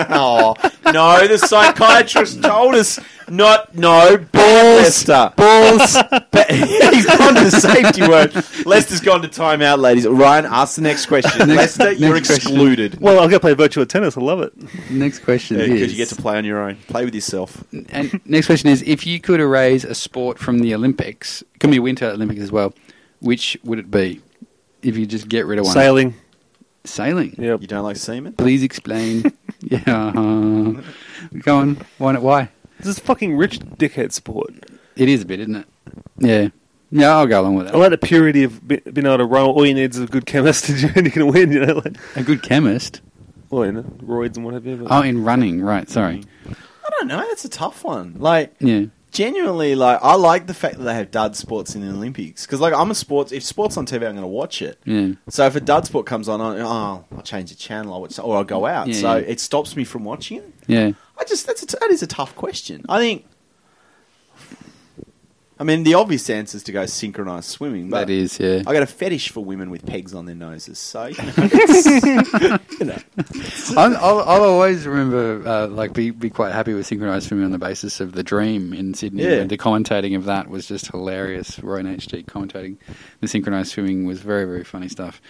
[SPEAKER 3] (laughs)
[SPEAKER 1] Oh no, the psychiatrist told us not. No balls, Lester. (laughs)
[SPEAKER 2] Balls.
[SPEAKER 1] He's gone to the safety word. Lester's gone to timeout, ladies. Ryan, ask the next question.
[SPEAKER 2] Next-
[SPEAKER 1] Lester, you're
[SPEAKER 2] next question.
[SPEAKER 1] excluded.
[SPEAKER 3] well, I'll go play virtual tennis. I love it.
[SPEAKER 2] Next question
[SPEAKER 1] Because
[SPEAKER 2] is.
[SPEAKER 1] you get to play on your own. Play with yourself.
[SPEAKER 2] and next question is: If you could erase a sport from the Olympics, it can be Winter Olympics as well. Which would it be? If you just get rid of one,
[SPEAKER 3] Sailing.
[SPEAKER 2] Sailing.
[SPEAKER 3] Yep.
[SPEAKER 1] You don't like semen?
[SPEAKER 2] Please (laughs) explain. yeah. uh-huh. Go on. Why not? Why?
[SPEAKER 3] This is fucking rich dickhead sport.
[SPEAKER 2] It is a bit, isn't it? Yeah. Yeah, I'll go along with
[SPEAKER 3] I
[SPEAKER 2] that.
[SPEAKER 3] like the purity of be- being able to roll. All you need is a good chemist, and you can win. You know, like
[SPEAKER 2] A good chemist.
[SPEAKER 3] well, you know, roids and what have you. but-
[SPEAKER 2] Oh, in running, right? Sorry.
[SPEAKER 1] I don't know. That's a tough one. Like,
[SPEAKER 2] Yeah.
[SPEAKER 1] genuinely, like, I like the fact that they have dud sports in the Olympics. Because, like, I'm a sports. If sports on TV, I'm going to watch it.
[SPEAKER 2] Yeah.
[SPEAKER 1] So if a dud sport comes on, I, oh, I'll change the channel. I'll watch, or I'll go out.
[SPEAKER 2] Yeah,
[SPEAKER 1] so
[SPEAKER 2] yeah.
[SPEAKER 1] it stops me from watching it.
[SPEAKER 2] Yeah.
[SPEAKER 1] I just that's a t- that is a tough question. I think. I mean, the obvious answer is to go synchronized swimming, but
[SPEAKER 2] That is, yeah.
[SPEAKER 1] I got a fetish for women with pegs on their noses. So you know,
[SPEAKER 2] (laughs) I'm, I'll, I'll always remember, uh, like, be, be quite happy with synchronized swimming on the basis of the dream in Sydney.
[SPEAKER 1] Yeah.
[SPEAKER 2] The commentating of that was just hilarious. Roy and HD commentating the synchronized swimming was very, very funny stuff.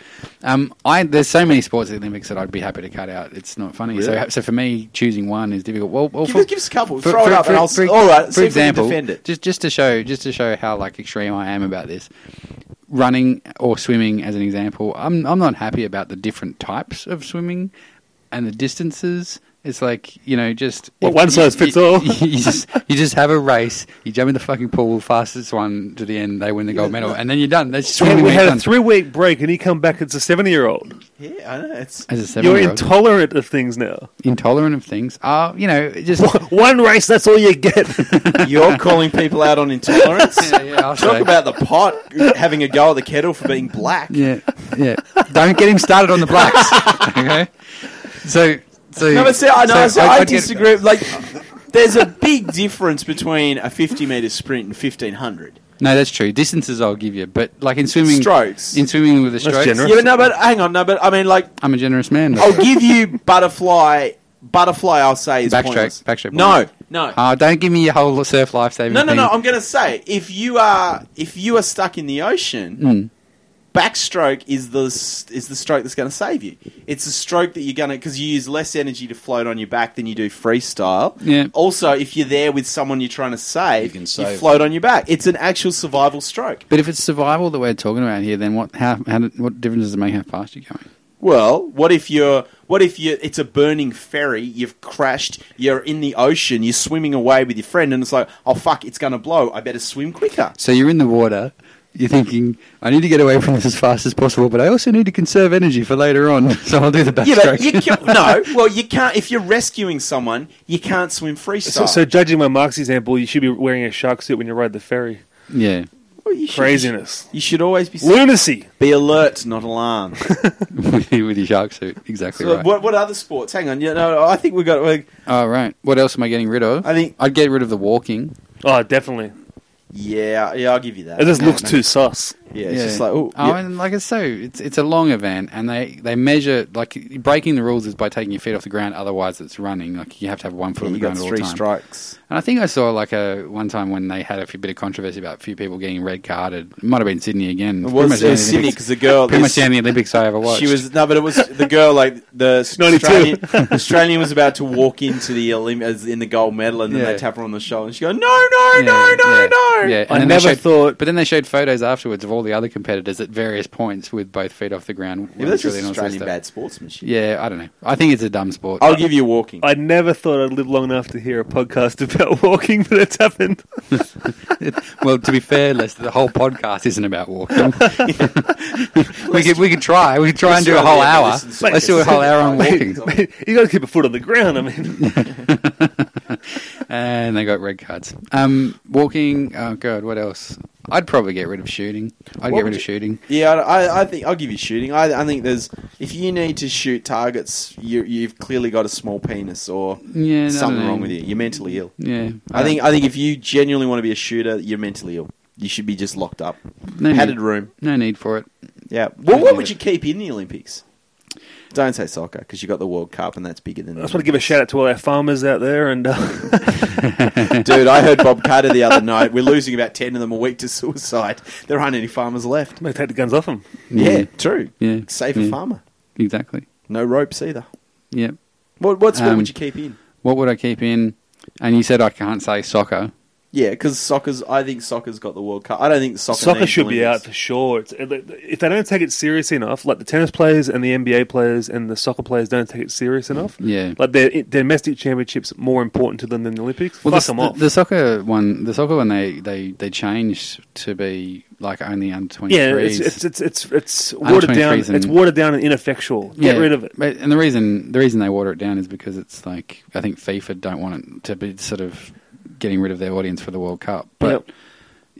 [SPEAKER 2] Um, I there's so many sports at the Olympics that I'd be happy to cut out. It's not funny. So,
[SPEAKER 1] Really?
[SPEAKER 2] so for me, choosing one is difficult. Well, well
[SPEAKER 1] give,
[SPEAKER 2] for,
[SPEAKER 1] us, give us a couple, throw it up, and I'll.
[SPEAKER 2] for-
[SPEAKER 1] all right,
[SPEAKER 2] for
[SPEAKER 1] see if we can
[SPEAKER 2] example,
[SPEAKER 1] defend it.
[SPEAKER 2] just just to show just to show how like extreme I am about this. Running or swimming, as an example, I'm I'm not happy about the different types of swimming and the distances. It's like you know, just
[SPEAKER 3] Well, one size fits all.
[SPEAKER 2] (laughs) You just you just have a race. You jump in the fucking pool, fastest one to the end, they win the gold medal, and then you're done. That's
[SPEAKER 3] Yeah,
[SPEAKER 2] swimming.
[SPEAKER 3] we had
[SPEAKER 2] done.
[SPEAKER 3] a three-week break, and he come back. It's a seventy-year-old.
[SPEAKER 1] (laughs) Yeah, I know it's.
[SPEAKER 2] As a seven
[SPEAKER 3] You're intolerant of things now. (laughs)
[SPEAKER 2] intolerant of things. Uh, you know, just
[SPEAKER 3] One race, that's all you (laughs) get.
[SPEAKER 1] You're calling people out on intolerance.
[SPEAKER 2] (laughs) Yeah, yeah,
[SPEAKER 1] (laughs)
[SPEAKER 2] I'll
[SPEAKER 1] Talk
[SPEAKER 2] say.
[SPEAKER 1] about the pot having a go at the kettle for being black.
[SPEAKER 2] Yeah, yeah. Don't get him started on
[SPEAKER 1] (laughs)
[SPEAKER 2] the blacks. okay. So, so
[SPEAKER 1] No, but see, I know.
[SPEAKER 2] so
[SPEAKER 1] see, I,
[SPEAKER 2] I'd get-
[SPEAKER 1] disagree. Like, there's a big difference between a 50 meter sprint and 1500.
[SPEAKER 2] no, that's true. Distances I'll give you, but like in swimming,
[SPEAKER 1] Strokes.
[SPEAKER 2] in swimming with a stroke,
[SPEAKER 3] generous.
[SPEAKER 1] Yeah, but no, but hang on, no, but I mean, like,
[SPEAKER 2] I'm a generous man.
[SPEAKER 1] I'll give you butterfly. Butterfly, I'll say is
[SPEAKER 2] Backstroke,
[SPEAKER 1] pointless.
[SPEAKER 2] backstroke,
[SPEAKER 1] No,
[SPEAKER 2] pointless.
[SPEAKER 1] no,
[SPEAKER 2] Oh, don't give me your whole surf life saving.
[SPEAKER 1] no, no,
[SPEAKER 2] thing.
[SPEAKER 1] no. I'm going to say if you are if you are stuck in the ocean,
[SPEAKER 2] Mm.
[SPEAKER 1] backstroke is the s- is the stroke that's going to save you. It's a stroke that you're going to because you use less energy to float on your back than you do freestyle.
[SPEAKER 2] Yeah.
[SPEAKER 1] Also, if you're there with someone you're trying to save,
[SPEAKER 4] You can save.
[SPEAKER 1] float on your back. It's an actual survival stroke.
[SPEAKER 2] But if it's survival that we're talking about here, then what? How? how did- what difference does it make how fast you're going?
[SPEAKER 1] Well, what if you're what if you it's a burning ferry, you've crashed, you're in the ocean, you're swimming away with your friend and it's like, "Oh fuck, it's going to blow. I better swim quicker."
[SPEAKER 2] So you're in the water. You're thinking, I need to get away from this as fast as possible, but I also need to conserve energy for later on. (laughs) So I'll do the backstroke.
[SPEAKER 1] Yeah, but you can, no. (laughs) Well, you can't if you're rescuing someone, you can't swim
[SPEAKER 3] so,
[SPEAKER 1] freestyle.
[SPEAKER 3] so judging by Mark's example, you should be wearing a shark suit when you ride the ferry.
[SPEAKER 2] (laughs) yeah.
[SPEAKER 1] Well, you should-
[SPEAKER 3] Craziness.
[SPEAKER 1] You should always be
[SPEAKER 3] Lunacy.
[SPEAKER 1] Be alert, not (laughs) alarmed.
[SPEAKER 2] (laughs) with your shark suit. Exactly
[SPEAKER 1] so
[SPEAKER 2] right.
[SPEAKER 1] what, what other sports? Hang on, you know, I think we got. Like,
[SPEAKER 2] All right. What else am I getting rid of?
[SPEAKER 1] I think-
[SPEAKER 2] I'd get rid of the walking.
[SPEAKER 3] Oh, definitely.
[SPEAKER 1] yeah, yeah, I'll give you that.
[SPEAKER 3] It just looks too sus.
[SPEAKER 1] yeah, it's just like, oh,
[SPEAKER 2] oh,
[SPEAKER 1] yeah.
[SPEAKER 2] and like it's so it's it's a long event, and they they measure like breaking the rules is by taking your feet off the ground. Otherwise, it's running. Like you have to have one foot on the
[SPEAKER 1] you got
[SPEAKER 2] ground at all
[SPEAKER 1] three
[SPEAKER 2] time.
[SPEAKER 1] strikes.
[SPEAKER 2] And I think I saw like a one time when they had a few, bit of controversy about a few people getting red carded. It might have been Sydney again.
[SPEAKER 1] It
[SPEAKER 2] Pretty
[SPEAKER 1] was
[SPEAKER 2] much the
[SPEAKER 1] uh,
[SPEAKER 2] only
[SPEAKER 1] Sydney
[SPEAKER 2] Olympics-
[SPEAKER 1] because the girl.
[SPEAKER 2] (laughs) Pretty much
[SPEAKER 1] this-
[SPEAKER 2] the only Olympics I ever
[SPEAKER 1] (laughs)
[SPEAKER 2] watched.
[SPEAKER 1] she was no, but it was the girl like the
[SPEAKER 3] 92.
[SPEAKER 1] Australian, (laughs) Australian was about to walk into the Olymp- as in the gold medal, and then
[SPEAKER 2] Yeah.
[SPEAKER 1] they tap her on the shoulder, and she go, "No, no, no,
[SPEAKER 2] Yeah,
[SPEAKER 1] no,
[SPEAKER 2] yeah,
[SPEAKER 1] no."
[SPEAKER 2] Yeah,
[SPEAKER 3] I
[SPEAKER 2] then they
[SPEAKER 3] never
[SPEAKER 2] showed-
[SPEAKER 3] thought-
[SPEAKER 2] But then they showed photos afterwards of all the other competitors at various points with both feet off the ground.
[SPEAKER 1] Yeah, but that's just
[SPEAKER 2] really nice
[SPEAKER 1] Australian
[SPEAKER 2] stuff.
[SPEAKER 1] bad sportsmanship.
[SPEAKER 2] Yeah, I don't know. I think it's a dumb sport.
[SPEAKER 1] I'll give you walking.
[SPEAKER 3] I never thought I'd live long enough to hear a podcast (laughs) about walking, but it's happened.
[SPEAKER 2] (laughs) well, to be fair, Lester, the whole podcast isn't about walking. (laughs) we could we could try. We could try and do a whole hour. Let's do a whole hour on walking.
[SPEAKER 3] (laughs) you got to keep a foot on the ground. I mean, (laughs)
[SPEAKER 2] And they got red cards. Um, walking. Oh god, what else? I'd probably get rid of shooting.
[SPEAKER 1] What
[SPEAKER 2] I'd get
[SPEAKER 1] would
[SPEAKER 2] rid
[SPEAKER 1] you-
[SPEAKER 2] of shooting.
[SPEAKER 1] Yeah, I, I- I think I'll give you shooting. I, I think there's if you need to shoot targets, you, you've clearly got a small penis or
[SPEAKER 2] Yeah, no,
[SPEAKER 1] something
[SPEAKER 2] no.
[SPEAKER 1] wrong with you. You're mentally ill.
[SPEAKER 2] Yeah,
[SPEAKER 1] I think I think if you genuinely want to be a shooter, you're mentally ill. You should be just locked up,
[SPEAKER 2] Uh, No
[SPEAKER 1] padded
[SPEAKER 2] need.
[SPEAKER 1] room.
[SPEAKER 2] No need for it.
[SPEAKER 1] Yeah. Well,
[SPEAKER 2] Yeah.
[SPEAKER 1] what would you keep in the Olympics? Don't say soccer because you got the World Cup and that's bigger than.
[SPEAKER 3] I just want to give a shout out to all our farmers out there and uh, (laughs)
[SPEAKER 1] Dude, I heard Bob Carter the other night. We're losing about ten of them a week to suicide. There aren't any farmers left.
[SPEAKER 3] they take the guns off them.
[SPEAKER 1] Yeah, true.
[SPEAKER 2] Yeah.
[SPEAKER 1] Save
[SPEAKER 2] Yeah.
[SPEAKER 1] a farmer.
[SPEAKER 2] Exactly.
[SPEAKER 1] No ropes either.
[SPEAKER 2] Yeah.
[SPEAKER 1] What what's, what
[SPEAKER 2] Um,
[SPEAKER 1] would you keep in?
[SPEAKER 2] What would I keep in? And you said I can't say soccer.
[SPEAKER 1] Yeah, because soccer's. I think soccer's got the World Cup. I don't think soccer.
[SPEAKER 3] Soccer
[SPEAKER 1] needs
[SPEAKER 3] should be out
[SPEAKER 1] Olympics.
[SPEAKER 3] for sure. It's, if they don't take it serious enough, like the tennis players and the NBA players and the soccer players don't take it serious enough,
[SPEAKER 2] Yeah.
[SPEAKER 3] like their domestic championships more important to them than the Olympics. Fuck
[SPEAKER 2] the,
[SPEAKER 3] them
[SPEAKER 2] the-
[SPEAKER 3] off.
[SPEAKER 2] the soccer one, the soccer one, they they they changed to be like only under twenty
[SPEAKER 3] yeah,
[SPEAKER 2] threes.
[SPEAKER 3] it's it's it's it's, it's watered down.
[SPEAKER 2] 23s and-
[SPEAKER 3] It's watered down and ineffectual. Get
[SPEAKER 2] Yeah,
[SPEAKER 3] rid of it.
[SPEAKER 2] But, and the reason the reason they water it down is because it's like I think FIFA don't want it to be sort of getting rid of their audience for the World Cup. But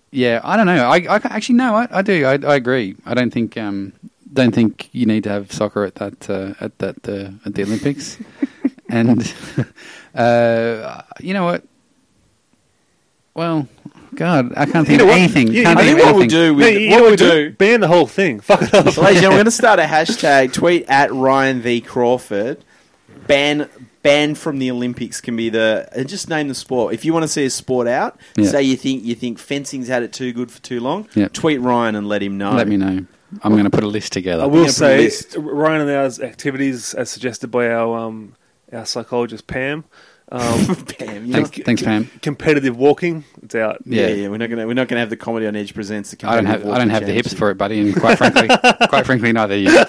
[SPEAKER 2] yeah, I don't know. I, I ca- actually no, I, I do. I, I agree. I don't think um don't think you need to have soccer at that uh, at that uh, at the
[SPEAKER 3] (laughs)
[SPEAKER 2] Olympics. and (laughs) uh, you know what? Well, God, I can't think
[SPEAKER 3] know
[SPEAKER 2] of
[SPEAKER 3] what?
[SPEAKER 2] anything.
[SPEAKER 3] You-
[SPEAKER 2] can't
[SPEAKER 1] I
[SPEAKER 2] think
[SPEAKER 1] think what
[SPEAKER 2] of
[SPEAKER 1] we'll
[SPEAKER 2] anything.
[SPEAKER 1] do
[SPEAKER 3] No,
[SPEAKER 1] with
[SPEAKER 3] you know
[SPEAKER 1] what we'll
[SPEAKER 3] what,
[SPEAKER 1] do. (laughs)
[SPEAKER 3] ban the whole thing. Fuck
[SPEAKER 2] (laughs)
[SPEAKER 3] it up.
[SPEAKER 1] Ladies and gentlemen, we're going to start a hashtag. Tweet at Ryan V Crawford. Ban ban from the Olympics can be the and just name the sport. If you want to see a sport out,
[SPEAKER 2] Yeah.
[SPEAKER 1] say you think you think fencing's had it too good for too long.
[SPEAKER 2] Yeah.
[SPEAKER 1] Tweet Ryan and let him know.
[SPEAKER 2] Let me know. I'm going to put a list together.
[SPEAKER 3] I will
[SPEAKER 1] put a
[SPEAKER 3] say, uh,
[SPEAKER 1] list.
[SPEAKER 3] Ryan and ours activities, as suggested by our um, our psychologist Pam, um,
[SPEAKER 1] (laughs) Bam, you know-
[SPEAKER 2] Thanks, thanks, Pam.
[SPEAKER 3] competitive walking. It's out.
[SPEAKER 1] yeah.
[SPEAKER 2] Yeah.
[SPEAKER 1] yeah, We're not gonna we're not gonna have the comedy on Edge presents the.
[SPEAKER 2] I don't have I don't have the hips for it, buddy, and quite frankly, quite frankly, neither do you.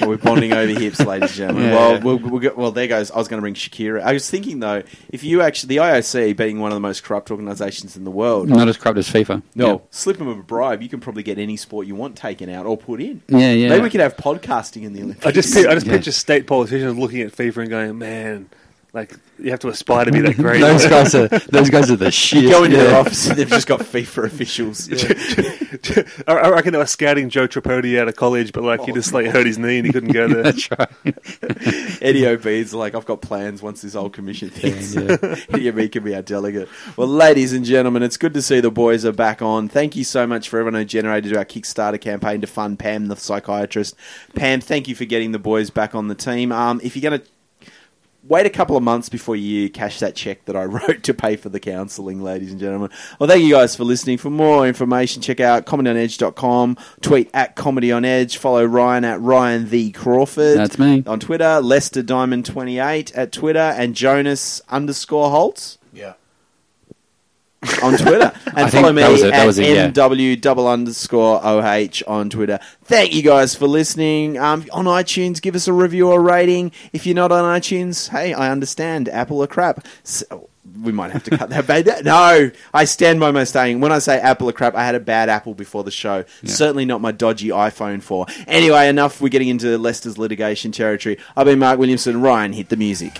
[SPEAKER 1] Well, we're bonding over hips, ladies and gentlemen.
[SPEAKER 2] Yeah.
[SPEAKER 1] Well, we'll, we'll, go, well, there goes. I was going to bring Shakira. I was thinking though, if you actually the IOC being one of the most corrupt organisations in the world,
[SPEAKER 2] Not as corrupt as FIFA.
[SPEAKER 1] no, slip them of a bribe, you can probably get any sport you want taken out or put in.
[SPEAKER 2] Yeah, yeah.
[SPEAKER 1] Maybe we could have podcasting in the Olympics.
[SPEAKER 3] I just, pi- I just
[SPEAKER 2] Yeah.
[SPEAKER 3] picture state politicians looking at FIFA and going, "Man, like you have to aspire to be
[SPEAKER 2] (laughs)
[SPEAKER 3] that great."
[SPEAKER 2] those guys are those guys are the shit.
[SPEAKER 1] you go into their
[SPEAKER 2] yeah.
[SPEAKER 1] office and they've just got FIFA officials.
[SPEAKER 3] (laughs) I, I reckon they were scouting Joe Tripodi out of college, but like he just like hurt his knee and he couldn't go there.
[SPEAKER 2] That's right.
[SPEAKER 1] (laughs) Eddie OB's like, I've got plans once this old commission thing's.
[SPEAKER 2] Yeah,
[SPEAKER 1] (laughs) Eddie OB can be our delegate. Well, ladies and gentlemen, it's good to see the boys are back on. Thank you so much for everyone who generated our Kickstarter campaign to fund Pam, the psychiatrist. Pam, thank you for getting the boys back on the team. Um, if you're going to wait a couple of months before you cash that check that I (laughs) wrote to pay for the counselling, ladies and gentlemen. Well, thank you guys for listening. For more information, check out comedyonedge.com, tweet at comedyonedge, follow Ryan at Ryan the Crawford.
[SPEAKER 2] That's me.
[SPEAKER 1] On Twitter, Lester Diamond 28 at Twitter, and Jonas underscore Holtz
[SPEAKER 4] Yeah.
[SPEAKER 1] on
[SPEAKER 2] (laughs)
[SPEAKER 1] Twitter. And
[SPEAKER 2] think
[SPEAKER 1] follow me
[SPEAKER 2] that was it, that
[SPEAKER 1] at
[SPEAKER 2] was it, yeah.
[SPEAKER 1] MW double underscore OH on Twitter. Thank you guys for listening. Um, on iTunes, give us a review or rating. If you're not on iTunes, hey, I understand. Apple are crap. So, we might have to cut that back. (laughs) No, I stand by my saying. When I say Apple are crap, I had a bad apple before the show. Certainly not my dodgy iPhone 4. Anyway, enough. We're getting into Lester's litigation territory. I've been Mark Williamson. Ryan, hit the music.